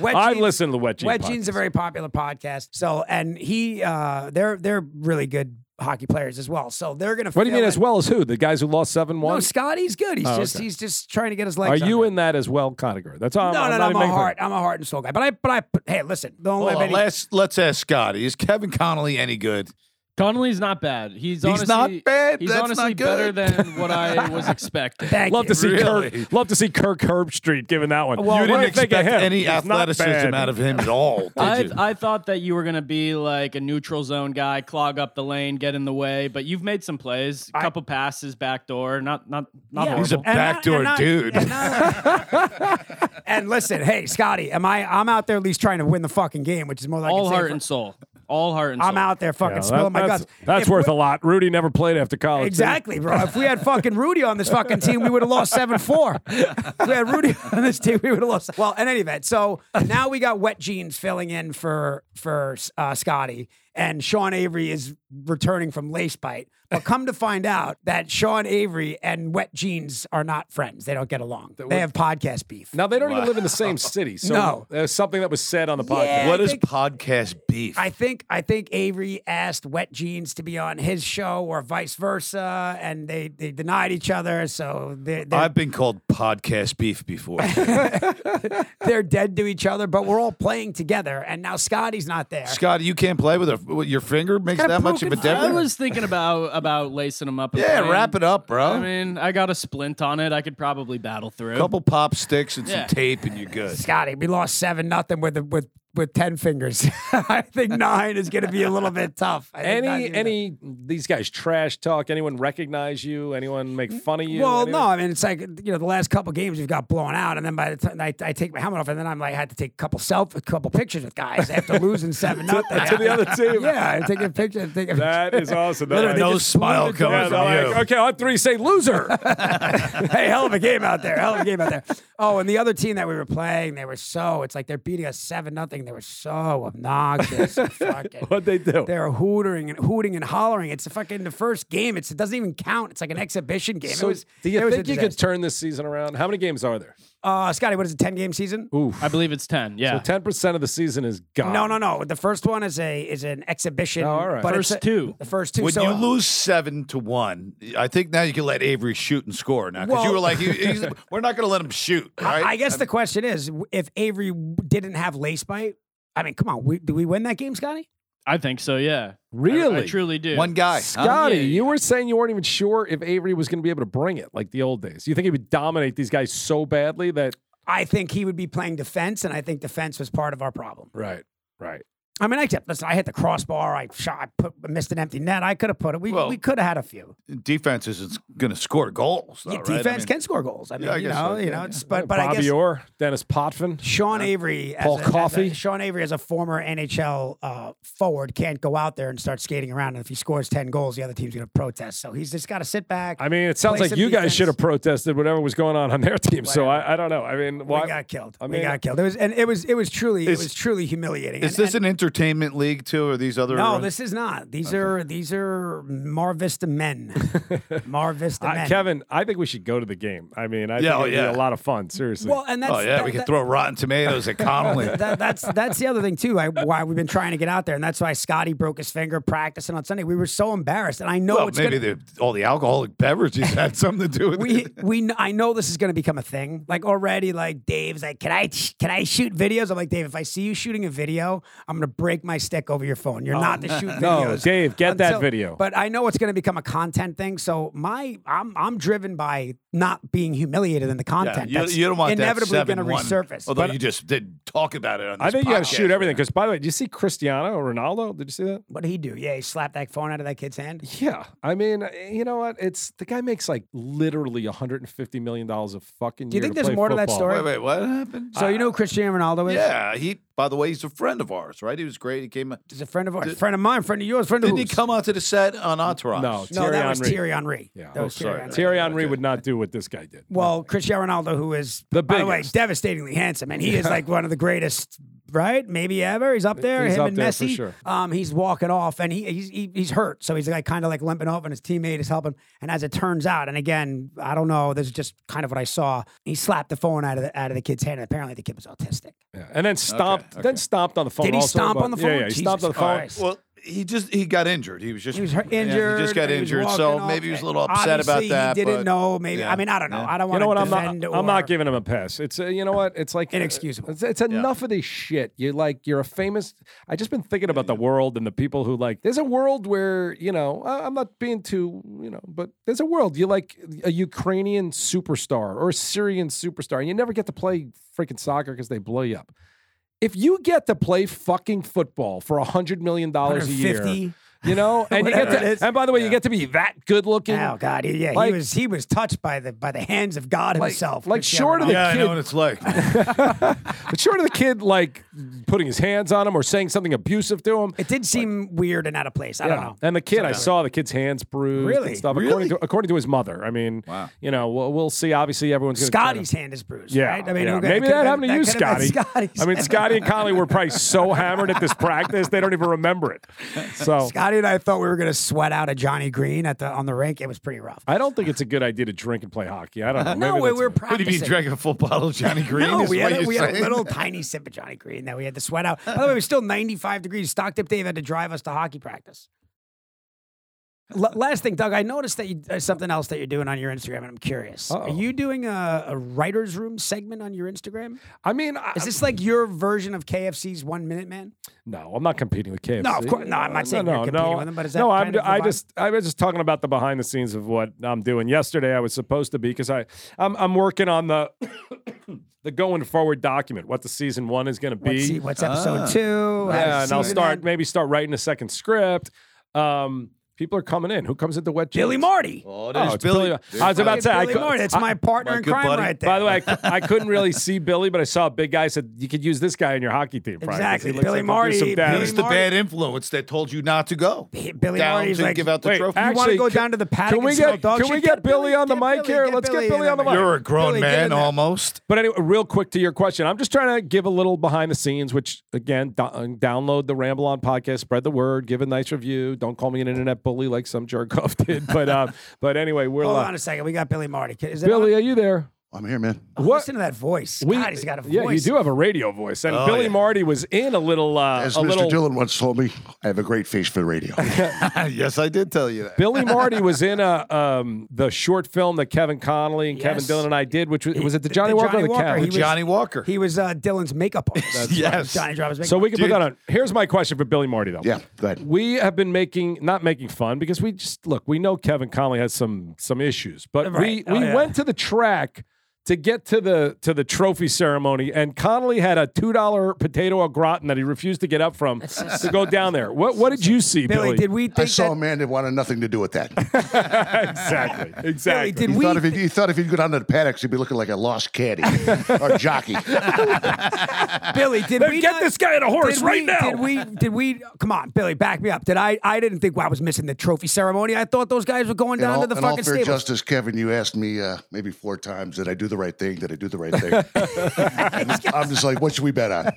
S6: Wet
S4: I
S6: Jeans-
S4: listen to the Wet Jean
S6: Wet Jeans is a
S4: podcast.
S6: very popular podcast. So and he uh they're they're really good hockey players as well. So they're gonna.
S4: What do you
S6: fill
S4: mean
S6: in-
S4: as well as who? The guys who lost seven
S6: No,
S4: one.
S6: Scotty's good. He's
S4: Oh,
S6: just
S4: okay.
S6: he's just trying to get his
S4: Are
S6: legs.
S4: you
S6: under.
S4: in that as well, Conagher? That's all.
S6: No,
S4: I'm,
S6: no, no.
S4: I'm not
S6: I'm
S4: even Oh,
S6: a
S4: making fun.
S6: heart. I'm a heart and soul guy. But I, but I, but hey, listen. Don't
S5: Hold
S6: let
S5: on,
S6: any.
S5: let's let's ask Scotty. Is Kevin Connolly any good?
S1: Connolly's not bad. He's, honestly
S5: not bad.
S1: He's
S5: That's
S1: honestly
S5: not
S1: better
S5: good.
S1: than what I was expecting.
S6: Thank
S4: Love
S6: you.
S4: to see
S5: Really?
S4: Kirk. Love to see Kirk Herbstreit giving that one.
S5: you
S4: what
S5: didn't
S4: do think of
S5: expect
S4: him?
S5: any
S4: He's not
S5: athleticism
S4: bad.
S5: out of him at all, did
S1: I,
S5: you?
S1: I thought that you were going to be like a neutral zone guy, clog up the lane, get in the way, but you've made some plays, a couple passes, back door, not not not
S6: Yeah.
S5: He's a
S1: horrible.
S6: And I-
S5: backdoor
S6: and I-
S5: dude.
S6: And, I- and listen, hey, Scotty, am I? I'm out there at least trying to win the fucking game, which is more like
S1: All
S6: it's safe
S1: heart
S6: for-
S1: and soul. All heart and soul.
S6: I'm out there fucking
S4: Yeah,
S6: spilling
S4: that-
S6: my
S4: that's
S6: guts.
S4: that's
S6: If
S4: worth
S6: we-
S4: a lot. Rudy never played after college.
S6: Exactly, bro. If we had fucking Rudy on this fucking team, we would have lost 7 4. If we had Rudy on this team, we would have lost. Well, in any event, so now we got wet jeans filling in for for uh, Scotty. and Sean Avery is returning from Lace Bite. But come to find out that Sean Avery and Wet Jeans are not friends. They don't get along. They have podcast beef.
S4: Now they don't even live in the same city. So
S6: No.
S4: there's something that was said on the podcast.
S6: Yeah.
S5: What
S6: I
S5: is
S6: think-
S5: podcast beef?
S6: I think I think Avery asked Wet Jeans to be on his show or vice versa, and they, they denied each other. So they're, they're,
S5: I've been called podcast beef before.
S6: they're dead to each other, but we're all playing together. And now Scotty's not there.
S5: Scott, you can't play with, a, with your finger makes
S6: Got a
S5: that much of a
S6: broken
S1: I
S5: difference.
S1: was thinking about about lacing them up. And
S5: Yeah,
S1: playing.
S5: wrap it up, bro.
S1: I mean, I got a splint on it. I could probably battle through.
S5: a couple pop sticks and
S1: Yeah.
S5: some tape, and you're good.
S6: Scotty, we lost seven nothing with with with ten fingers. I think nine is going to be a little bit tough. I think nine
S4: Any
S6: is-
S4: any these guys trash talk? Anyone recognize you? Anyone make fun of you?
S6: Well,
S4: Anything?
S6: no, I mean it's like you know the last couple games we've got blown out, and then by the time I, I take my helmet off, and then I'm like I had to take a couple self, a couple pictures with guys after losing seven nothing
S4: to the other team.
S6: Yeah, I take a picture. I take a
S4: That is awesome. They're
S6: Literally,
S4: like-
S6: they
S5: no
S6: just
S5: smile
S6: blew the
S5: coming
S4: yeah,
S6: doors
S5: from
S4: they're
S5: you.
S4: like, okay, on three, say loser.
S6: hey, hell of a game out there. Hell of a game out there. Oh, and the other team that we were playing, they were so it's like they're beating us seven nothing. They were so obnoxious. and fucking,
S4: What'd they do?
S6: They were hootering and hooting and hollering. It's a fucking the first game. It's, it doesn't even count. It's like an exhibition game.
S4: so,
S6: it was.
S4: do
S6: it
S4: you
S6: was a
S4: think you could
S6: disaster.
S4: turn this season around? How many games are there?
S6: uh, Scotty, what is it? Ten game season?
S4: Ooh,
S1: I believe it's ten. Yeah,
S4: ten percent of the season is gone.
S6: No, no, no. The first one is a is an exhibition.
S4: Oh, all right.
S6: But it's
S1: First
S6: a-
S1: two.
S6: The first two.
S5: When
S6: so
S5: you lose seven to one, I think now you can let Avery shoot and score now because you
S6: Well-
S5: were like, he- he's- "We're not going to let him shoot."
S6: I-
S5: Right?
S6: I guess the question is, w- if Avery w- didn't have lace bite, I mean, come on, we, do we win that game, Scotty?
S1: I think so. Yeah,
S4: really.
S1: I, I truly do.
S5: one guy. huh?
S6: Oh,
S4: Scotty,
S1: Yeah, yeah,
S4: you were saying you weren't even sure if Avery was going to be able to bring it like the old days. You think he would dominate these guys so badly that
S6: I think he would be playing defense, and I think defense was part of our problem.
S4: right, right.
S6: I mean, I kept, listen, I hit the crossbar, I shot, I put, missed an empty net. I could have put it. We,
S5: Well-
S6: we could have had a few.
S5: defense isn't going to score goals. Though,
S6: Yeah,
S5: right? I
S6: defense
S5: mean,
S6: can score goals. I mean,
S5: I
S6: you
S5: guess
S6: know,
S5: so,
S6: you
S5: yeah,
S6: know,
S5: yeah.
S6: it's, but but I
S4: Bobby
S6: guess
S4: Orr, Dennis Potvin.
S6: Sean Avery, as
S4: Paul
S6: a- as a-
S4: Coffey.
S6: Sean Avery as a former NHL uh, forward can't go out there and start skating around. And if he scores ten goals, the other team's going to protest. So he's just got to sit back.
S4: I mean, it sounds
S6: Play
S4: like
S6: some
S4: you guys
S6: defense.
S4: should have protested whatever was going on on their team. So I, I don't know. I mean,
S6: we
S4: why?
S6: got killed.
S4: I
S6: we
S4: mean-
S6: got killed. It was and it was it was truly
S5: Is-
S6: it was truly humiliating.
S5: Is
S6: And-
S5: this
S6: and-
S5: an entertainment league too, or these other?
S6: No, this is not. These are these are Mar Vista men. Mar Vista
S5: Uh,
S4: I-
S6: men.
S4: Kevin, I think we should go to the game. I mean, I
S5: Yeah,
S4: think
S5: oh,
S4: it'd
S5: yeah.
S4: be a lot of fun. Seriously.
S6: Well, and that's
S5: Oh yeah,
S6: that-
S5: we can
S6: that-
S5: throw rotten tomatoes at Conley.
S6: that, that's that's the other thing too. I, why we've been trying to get out there, and that's why Scotty broke his finger practicing on Sunday. We were so embarrassed, and I know
S5: well,
S6: Oh, it's
S5: maybe
S6: gonna,
S5: the, all the alcoholic beverages had something to do with
S6: we
S5: it.
S6: we kn- I know this is going to become a thing. Like already, like Dave's like, can I sh- can I shoot videos? I'm like Dave, if I see you shooting a video, I'm going to break my stick over your phone.
S5: Oh,
S6: You're not to shoot videos.
S4: no, Dave, get that
S6: until-
S4: video.
S6: But I know it's going to become a content thing. So my I'm I'm driven by not being humiliated in the
S5: Yeah,
S6: content.
S5: you,
S6: That's
S5: you don't want
S6: inevitably
S5: that
S6: going to
S5: 7-1,
S6: resurface.
S5: Although you just did talk about it on. This
S4: I think you got to
S5: podcast.
S4: shoot everything. Because by the way, did you see Cristiano Ronaldo? Did you see that?
S6: what did he do? Yeah, he slapped that phone out of that kid's hand.
S4: Yeah, I mean, uh, you know what? It's the guy makes like literally 150 million dollars a fucking.
S6: Do you
S4: year
S6: think there's
S4: play
S6: more to that
S4: football.
S6: story?
S5: Wait, wait, what happened?
S6: So you know who Cristiano Ronaldo is?
S5: yeah, he. By the way, he's a friend of ours, right? He was great. He came.
S6: He's a friend of ours, friend of mine, friend of yours, friend
S5: Didn't
S6: of
S5: he
S6: whose?
S5: come out to the set on Entourage?
S4: No,
S6: No,
S4: Thierry
S6: that was
S4: Henry.
S6: Thierry Henry.
S4: Yeah.
S6: That
S4: Oh,
S6: was Thierry
S5: sorry.
S6: Henry.
S4: Thierry Henry would not do what this guy did.
S6: Well, Cristiano Ronaldo, who is
S4: The
S6: by the way,
S4: biggest.
S6: devastatingly handsome, and he is like one of the greatest, right? Maybe ever. He's up there.
S4: He's
S6: him
S4: up
S6: and
S4: there for
S6: Messi.
S4: sure.
S6: Um, he's walking off, and he, he's he, he's hurt, so he's like kind of like limping off, and his teammate is helping. And as it turns out, and again, I don't know. This is just kind of what I saw. He slapped the phone out of the out of the kid's hand, and apparently the kid was autistic.
S4: Yeah. And then stomped. Then stomped on the phone.
S6: Did he
S4: also,
S6: stomp
S4: but-
S6: on the
S4: Yeah,
S6: phone?
S4: yeah he
S6: Jesus
S4: stomped on the phone.
S6: Christ.
S5: Well, he just he got injured. He was just
S6: He was hurt,
S5: yeah,
S6: injured.
S5: he just got
S6: and he was
S5: injured, so
S6: walking off.
S5: maybe he was a little upset
S6: Obviously,
S5: about that.
S6: He didn't
S5: but
S6: know. Maybe
S5: yeah,
S6: I mean I don't know.
S5: yeah.
S6: I don't
S4: You
S6: want
S4: know what?
S6: to
S4: I'm
S6: defend.
S4: not. I'm not
S6: or-
S4: giving him a pass. It's uh, you know what? It's like
S6: Inexcusable.
S4: It's, it's enough of this shit. You're like you're a famous. I just been thinking about the world and the people who like. There's a world where you know I, I'm not being too you know, but there's a world you like a Ukrainian superstar or a Syrian superstar, and you never get to play freaking soccer because they blow you up. If you get to play fucking football for a hundred million dollars a year,
S6: 150,
S4: you know? And you get
S6: Whatever it is.
S4: to, and by the way, you get to be that good looking.
S6: Oh God, he, yeah,
S4: Like-
S6: he was he was touched by the by the hands of God himself.
S4: like
S6: Cristiano
S4: short of the
S5: yeah, I
S4: kid-
S5: know what it's like.
S4: But short of the kid like putting his hands on him or saying something abusive to him.
S6: It did seem weird and out of place. I don't know.
S4: And the kid, I saw the kid's hands bruised.
S6: Really?
S4: And stuff,
S5: Really?
S4: According to according to his mother. I mean,
S5: Wow.
S4: you know, we'll, we'll see. Obviously, everyone's going
S6: Scotty's hand is bruised.
S4: Yeah,
S6: right? I mean,
S4: yeah.
S6: who-
S4: maybe
S6: could-
S4: that happened to you,
S6: could have
S4: Scotty.
S6: been Scotty's
S4: I mean,
S6: hand.
S4: Scotty and Conley were probably so hammered at this practice they don't even remember it. So
S6: Scotty and I thought we were going to sweat out a Johnny Green at the on the rink. It was pretty rough.
S4: I don't think it's a good idea to drink and play hockey. I don't know.
S6: no,
S4: Maybe
S6: we,
S4: that's-
S6: we were
S5: What do
S6: practicing.
S5: you mean, drinking a full bottle of Johnny Green?
S6: No,
S5: is
S6: we, had
S5: what
S6: a,
S5: you're
S6: we had a
S5: saying?
S6: little tiny sip of Johnny Green that we had to sweat out. By the way, it was still 95 degrees. Stock Dip Dave had to drive us to hockey practice. L- last thing, Doug, I noticed that you, uh, something else that you're doing on your Instagram, and I'm curious. Are
S4: Uh-oh.
S6: you doing a, a writer's room segment on your Instagram?
S4: I mean, I,
S6: Is this like your version of KFC's One Minute Man?
S4: no, I'm not competing with KFC.
S6: No, of course- no, I'm not saying you're competing with them, but is that
S4: no, I'm,
S6: kind of the
S4: I
S6: vibe?
S4: just, I was just talking about the behind the scenes of what I'm doing. Yesterday, I was supposed to be because I, I'm, I'm working on the, the going forward document, what the season one is going to be.
S6: What's, he- what's episode
S5: Ah.
S6: two? How does
S4: yeah, and I'll
S6: season
S4: start
S6: end?
S4: maybe start writing a second script. Um, people are coming in. Who comes into wet?
S6: Billy
S4: jeans?
S6: Marty.
S5: Oh,
S4: Oh,
S5: there's
S4: it's
S5: Billy.
S4: Billy-
S5: there's
S4: I was about
S5: Billy.
S4: to say, I
S6: Billy
S4: cou-
S6: Marty, that's
S4: I-
S6: my partner
S5: my
S6: in
S5: good
S6: crime
S5: buddy.
S6: right there.
S4: By the way, I, cou- I couldn't really see Billy, but I saw a big guy said you could use this guy in your hockey team. Brian, 'cause
S6: Exactly.
S4: he looks
S6: Billy
S4: like
S6: Marty,
S4: He'll do some damage."
S6: Billy
S5: It's the
S6: Marty-
S5: bad influence that told you not to go.
S6: Hey, Billy
S5: down
S6: Marty's
S5: to
S6: like,
S5: give out the
S4: Wait,
S5: trophy.
S6: You want
S4: Actually,
S6: to go
S4: can-
S6: down to the paddock
S4: can we
S6: and
S4: get-
S6: smell dog
S4: can we
S6: shit?
S4: get Billy on the
S6: get
S4: mic here?
S6: get
S4: Let's get Billy
S6: in
S4: on the mic.
S5: You're a grown
S6: Billy, get in
S5: man
S6: there.
S5: almost.
S4: But anyway, real quick to your question, I'm just trying to give a little behind the scenes, which again, do- uh, download the Ramble On podcast, spread the word, give a nice review. Don't call me an internet bully like some jerk off did. But uh, but anyway, we're
S6: Hold
S4: li-
S6: on a second. We got Billy Marty. Is that
S4: Billy, are you there?
S5: I'm here, man.
S6: on?
S4: what-
S6: Listen to that voice.
S4: We-
S6: God, he's got a voice.
S4: Yeah, you do have a radio voice. And
S5: Oh,
S4: Billy
S5: yeah.
S4: Marty was in a little uh,
S2: As
S4: a
S2: Mr.
S4: little
S2: Dillon once told me, I have a great face for the radio.
S5: yes, I did tell you that.
S4: Billy Marty was in a um, the short film that Kevin Connolly and Kevin
S6: Yes.
S4: Dillon and I did, which was, was it the
S6: the
S4: Johnny Walker
S6: Johnny
S4: or the
S6: Walker,
S4: Cat?
S6: he
S4: Which-
S6: was-
S5: Johnny Walker.
S6: He was uh, Dylan's makeup artist.
S5: yes.
S6: Johnny Driver's makeup.
S4: So we can put
S5: Dude.
S4: that on. Here's my question for Billy Marty though.
S2: yeah, go ahead.
S4: We have been making not making fun because we just look, we know Kevin Conley has some some issues, but
S6: Right.
S4: we we
S6: Oh, yeah.
S4: went to the track to get to the to the trophy ceremony and Connolly had a $2 potato au gratin that he refused to get up from to go down there. What what did you see,
S6: Billy,
S4: Billy?
S6: did we think
S2: I saw a
S6: that?
S2: man that wanted nothing to do with that.
S4: exactly. Exactly.
S6: Billy, did
S2: He
S6: we?
S2: thought, if he, he thought if he'd go down to the paddocks, he'd be looking like a lost caddy or jockey.
S6: Billy, did
S4: Then
S6: we
S4: get
S6: not-
S4: this guy on a horse
S6: did
S4: right
S6: we,
S4: now.
S6: Did we? Did we? Come on, Billy, back me up. Did I? I didn't think I was missing the trophy ceremony. I thought those guys were going
S2: In
S6: down
S2: all,
S6: to the
S2: in all
S6: fucking
S2: fair
S6: stables.
S2: justice, Kevin, you asked me uh, maybe four times, did I do the right thing? Did I do the right thing? I'm just like, what should we bet on?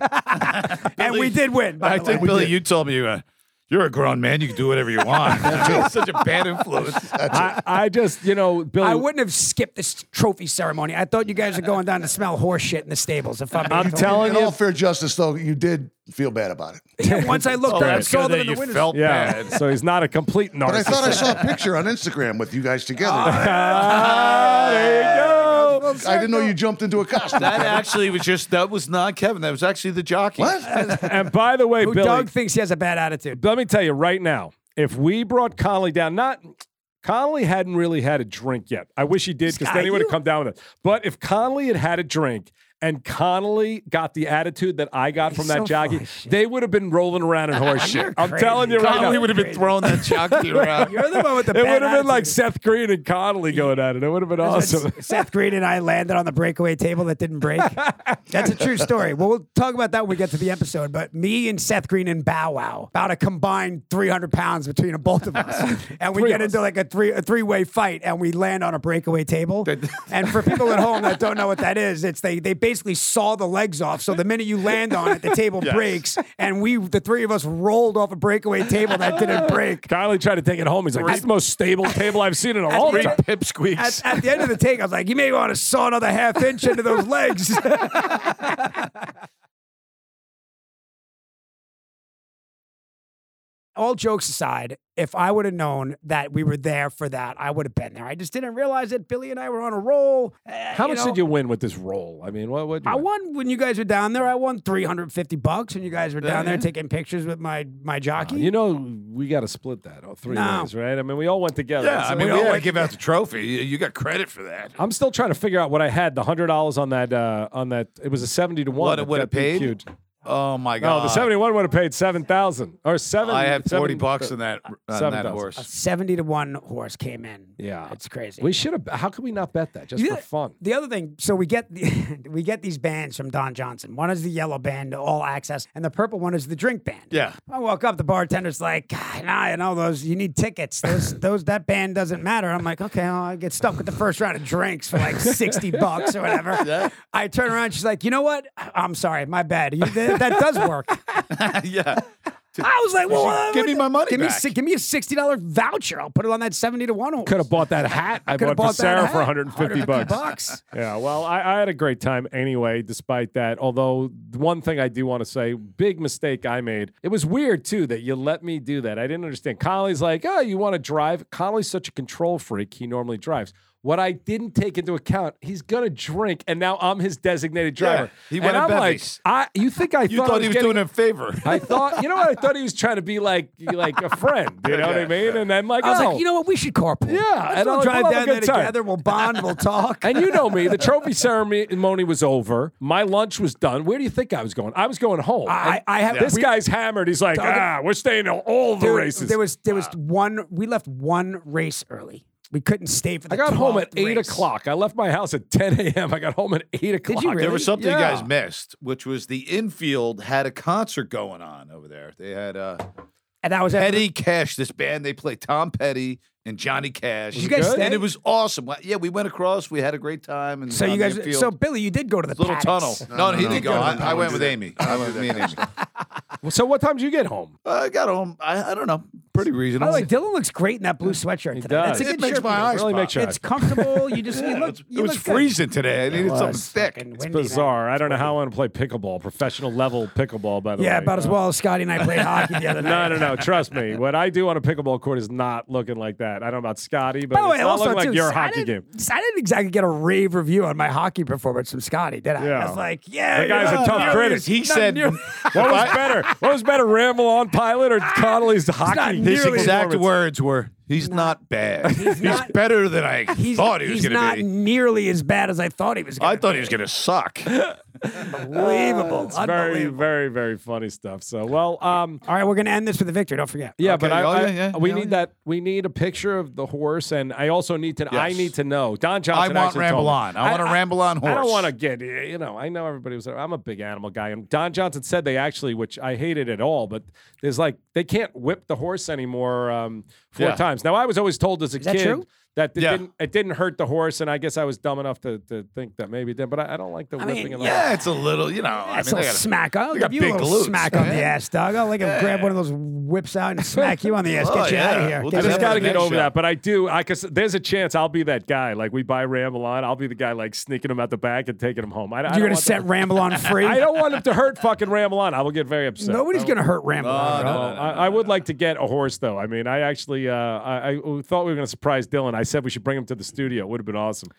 S6: and we did win. By
S5: I
S6: the way.
S5: think Billy, you told me uh, you're a grown man. You can do whatever you want. You're such a bad influence.
S4: I, I just, you know, Billy.
S6: I wouldn't have skipped this trophy ceremony. I thought you guys were going down to smell horse shit in the stables. If I'm,
S4: I'm telling
S2: In
S4: you,
S2: all fair justice, though, you did feel bad about it.
S6: once I looked
S5: Oh,
S6: up and
S5: that's good
S6: saw them
S5: that
S6: in the
S5: you
S6: windows.
S5: felt
S4: yeah.
S5: bad.
S4: So he's not a complete narcissist.
S2: But I thought I saw a picture on Instagram with you guys together.
S4: Ah, there you go.
S2: I didn't know you jumped into a costume.
S5: That actually was just that was not Kevin. That was actually the jockey.
S2: What?
S4: And by the way,
S6: Who
S4: Billy,
S6: Doug thinks he has a bad attitude.
S4: let me tell you right now, if we brought Connolly down, not Connolly hadn't really had a drink yet. I wish he did because
S6: Scott,
S4: then he would
S6: you-
S4: have come down with it. But if Connolly had had a drink and Connolly got the attitude that I got from
S6: so
S4: that jockey,
S6: full of shit.
S4: they would have been rolling around in horse shit. I'm
S6: crazy.
S4: telling you right
S5: Golly,
S4: now.
S5: we would have been throwing that jockey around.
S6: You're the one with the
S4: it
S6: bad
S4: would have been like
S6: attitude.
S4: Seth Green and Connolly going at it. It would have been awesome.
S6: Seth Green and I landed on the breakaway table that didn't break. That's a true story. Well, we'll talk about that when we get to the episode. But me and Seth Green and Bow Wow about a combined 300 pounds between the both of us, and we
S4: Three
S6: get
S4: of us.
S6: into like a three a three way fight, and we land on a breakaway table. and for people at home that don't know what that is, it's they they basically saw the legs off. So the minute you land on it, the table breaks, and we the three of us rolled off a breakaway table that didn't break.
S4: Connolly tried to take it home. He's like, "This is the most stable table I've seen in a long
S6: Three
S4: time."
S5: Pipsqueaks.
S6: At, at the end of the take, I was like, "You may want to saw another half inch into those legs." all jokes aside, if I would have known that we were there for that, I would have been there. I just didn't realize that Billy and I were on a roll. Uh,
S4: How much did you win with this role? I mean, what? what
S6: I won when you guys were down there. I won three hundred fifty bucks when you guys were down there
S5: Yeah.
S6: taking pictures with my my jockey.
S4: You know, we got to split that all three
S6: No.
S4: ways, right? I mean, we all went together.
S5: yeah,
S4: So
S5: I mean,
S4: we
S5: we
S4: all
S5: don't want
S4: went-
S5: to give out the trophy. You you got credit for that.
S4: I'm still trying to figure out what I had. The hundred dollars on that, uh, on that, it was a seventy to one.
S5: What it
S4: that
S5: would've
S4: got
S5: paid?
S4: DQ'd.
S5: Oh my
S4: No,
S5: god!
S4: the 71 would have paid 7,000 or 7
S5: I had forty
S4: 70
S5: bucks on that on
S4: Seven
S5: that
S4: thousand.
S6: A
S5: horse.
S6: 70 to 1 horse came in.
S4: Yeah.
S6: It's crazy.
S4: We should have How could we not bet that just
S6: Yeah.
S4: for fun?
S6: the other thing, so we get we get these bands from Don Johnson. One is the yellow band, all access, and the purple one is the drink band.
S5: Yeah.
S6: I walk up, the bartender's like, "God, nah, you know those. You need tickets. Those, those that band doesn't matter." I'm like, "Okay, well, I get stuck with the first round of drinks for like sixty bucks or whatever." I turn around, she's like, "You know what? I- I'm sorry, my bad. You, that, that does work."
S5: yeah,
S6: I was like, "Well, what-
S5: give me my money
S6: Give me,
S5: back."
S6: si- give me a sixty dollar voucher. I'll put it on that seventy to one."
S4: Could have bought that hat I
S6: Coulda
S4: bought, for
S6: bought that
S4: Sarah
S6: hat.
S4: for 150 bucks.
S6: bucks.
S4: Yeah, well, I, I had a great time anyway, despite that. Although, the one thing I do want to say big mistake I made. It was weird, too, that you let me do that. I didn't understand. Connolly's like, oh, you want to drive? Connolly's such a control freak. He normally drives. What I didn't take into account, he's going to drink, and now I'm his designated driver.
S5: he
S4: And
S5: went to
S4: I'm like,
S5: Bevy's.
S4: I, you think I
S5: you
S4: thought, I
S5: thought, he was
S4: getting-
S5: doing a favor.
S4: I thought, you know what? I thought he was trying to be like, like a friend. You know what I mean? And I'm like,
S6: I was
S4: oh.
S6: like, you know what? We should carpool.
S4: Yeah,
S6: Let's
S4: and
S6: all
S4: I'll-
S6: drive
S4: we'll have
S6: down
S4: a
S6: there
S4: good time.
S6: together. We'll bond. We'll talk.
S4: And you know me, the trophy ceremony was over. My lunch was done. Where do you think I was going? I was going home.
S6: I-
S4: And
S6: I have-
S4: this
S6: we-
S4: guy's hammered. He's like, ah, we're staying to all the
S6: Dude,
S4: races.
S6: There was there was one. We left one race early. We couldn't stay for the.
S4: I got home at
S6: 12th
S4: eight
S6: race.
S4: o'clock. I left my house at 10 a.m. I got home at eight o'clock.
S5: There was something
S4: Yeah.
S5: you guys missed, which was the infield had a concert going on over there. They had uh,
S6: and that was at
S5: Petty Cash, this band. They played Tom Petty and Johnny Cash.
S6: you guys
S4: good?
S5: and
S6: stay?
S5: it was awesome. Yeah, we went across. We had a great time. And
S6: so you
S5: on
S6: guys.
S5: the infield.
S6: So Billy, you did go to the
S5: little
S6: paddocks.
S5: tunnel. No,
S2: no,
S5: he
S2: no.
S5: didn't go.
S2: No,
S5: I,
S2: no,
S5: I
S2: no,
S5: went
S2: do
S5: with
S2: that.
S5: Amy. I went with me and Amy.
S4: So what time did you get home?
S5: I got home. I, I don't know. Pretty
S6: By
S5: reasonable.
S6: the way, Dylan looks great in that blue sweatshirt today. That's a
S4: does.
S6: good
S5: It makes
S6: shirt.
S5: my
S6: for
S5: eyes
S6: you.
S4: really make sure.
S6: It's comfortable. You just you look.
S5: it
S6: you
S5: was
S6: look good.
S5: freezing today. I needed
S6: It
S5: something
S6: was
S5: thick.
S6: fucking
S5: It's
S6: windy, man.
S4: Bizarre. I don't know how I want to play pickleball, professional level pickleball, by the way.
S6: Yeah, about as
S4: Uh,
S6: well as Scotty and I played hockey the other
S4: No,
S6: night.
S4: no, no. Trust me. What I do on a pickleball court is not looking like that. I don't know about Scotty, but
S6: By the way,
S4: it's not
S6: also
S4: looking
S6: too,
S4: like your
S6: I
S4: hockey game.
S6: didn't- I didn't exactly get a rave review on my hockey performance from Scotty, did I?
S4: Yeah.
S6: I was like, yeah,
S4: The guy's a
S6: yeah,
S4: tough
S6: yeah,
S4: critic.
S5: He
S6: Not
S5: said
S6: near-
S4: What was better? What was better, Ramble on Pilot or Connolly's
S6: not
S4: hockey?
S5: His
S6: nearly
S5: exact
S4: performance?
S5: words were, "He's not bad. He's,
S6: not-
S5: better than I
S6: He's,
S5: thought he was
S6: he's
S5: going
S6: not
S5: to be.
S6: nearly as bad as I thought he was. Gonna
S5: I thought he was going to suck."
S6: be. unbelievable,
S4: It's very,
S6: unbelievable.
S4: very, very funny stuff. So, well, um,
S6: All right, we're gonna end this with a victory. Don't forget.
S4: yeah,
S5: Okay,
S4: but I,
S5: oh, yeah,
S4: I-
S5: yeah,
S4: we
S5: yeah,
S4: need
S5: yeah.
S4: that. We need a picture of the horse, and I also need to. I
S5: Yes.
S4: need to know. Don
S5: I
S4: Johnson.
S5: want
S4: actually told
S5: ramble
S4: me.
S5: on. I, want a ramble on horse.
S4: I don't want to get you know. I know everybody was. I'm a big animal guy, and Don Johnson said they actually, which I hated at all. But there's like they can't whip the horse anymore um, four
S5: Yeah.
S4: times. Now I was always told as a
S6: that
S4: kid
S6: true?
S4: that it,
S5: Yeah.
S4: didn't, it didn't hurt the horse, and I guess I was dumb enough to, to think that maybe it did. But I, I don't like the
S6: I mean,
S4: whipping of the
S5: Yeah, it's a little, you know. I
S6: That's
S5: mean,
S6: a little
S5: they gotta-
S6: smack. I'll
S5: they
S6: give
S5: got
S6: you a
S5: big
S6: little
S5: glutes,
S6: smack on the
S5: man.
S6: ass, Doug. I'll like him grab one of those whips out and smack you on the ass.
S5: Oh,
S6: Get you out of
S5: yeah.
S6: here.
S5: We'll
S6: Get
S4: I
S5: do
S6: you
S4: just
S5: that.
S6: out
S4: got
S6: of
S4: to
S5: the
S4: get
S5: next
S4: over
S5: show.
S4: that. But I do, I cause there's a chance I'll be that guy. Like we buy Ramble on, I'll be the guy like sneaking him out the back and taking him home. I, I
S6: here.
S4: don't
S6: You're gonna
S4: want
S6: set
S4: them-
S6: Ramble on free.
S4: I don't want him to hurt fucking Ramble on. I will get very upset.
S6: Nobody's gonna hurt Ramble on.
S5: No,
S6: bro.
S5: no,
S4: Well, I, I would like to get a horse, though. I mean, I actually, uh, I, I thought we were going to surprise Dylan. I said we should bring him to the studio. It would have been awesome.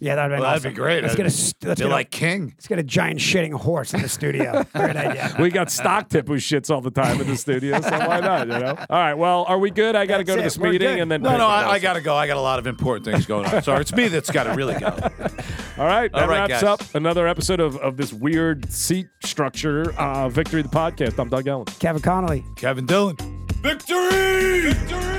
S6: Yeah, that'd been
S5: Well, that'd
S6: awesome.
S5: be great.
S6: Let's get a st- let's
S5: They're
S6: get a-
S5: like king.
S6: Let's get a giant shitting horse in the studio. Great idea.
S4: We got Stock Tip who shits all the time in the studio, so why not? You know. All right. Well, are we good? I got to go to
S6: That's
S4: this
S6: it. We're
S4: meeting
S6: good.
S4: and then.
S5: No, no, I, I gotta go. I got a lot of important things going on. Sorry, it's me that's gotta really go.
S4: All right, that
S5: All right,
S4: wraps
S5: guys.
S4: up another episode of, of this weird seat structure, uh, Victory the Podcast. I'm Doug Allen.
S6: Kevin Connolly.
S5: Kevin Dillon. Victory! Victory!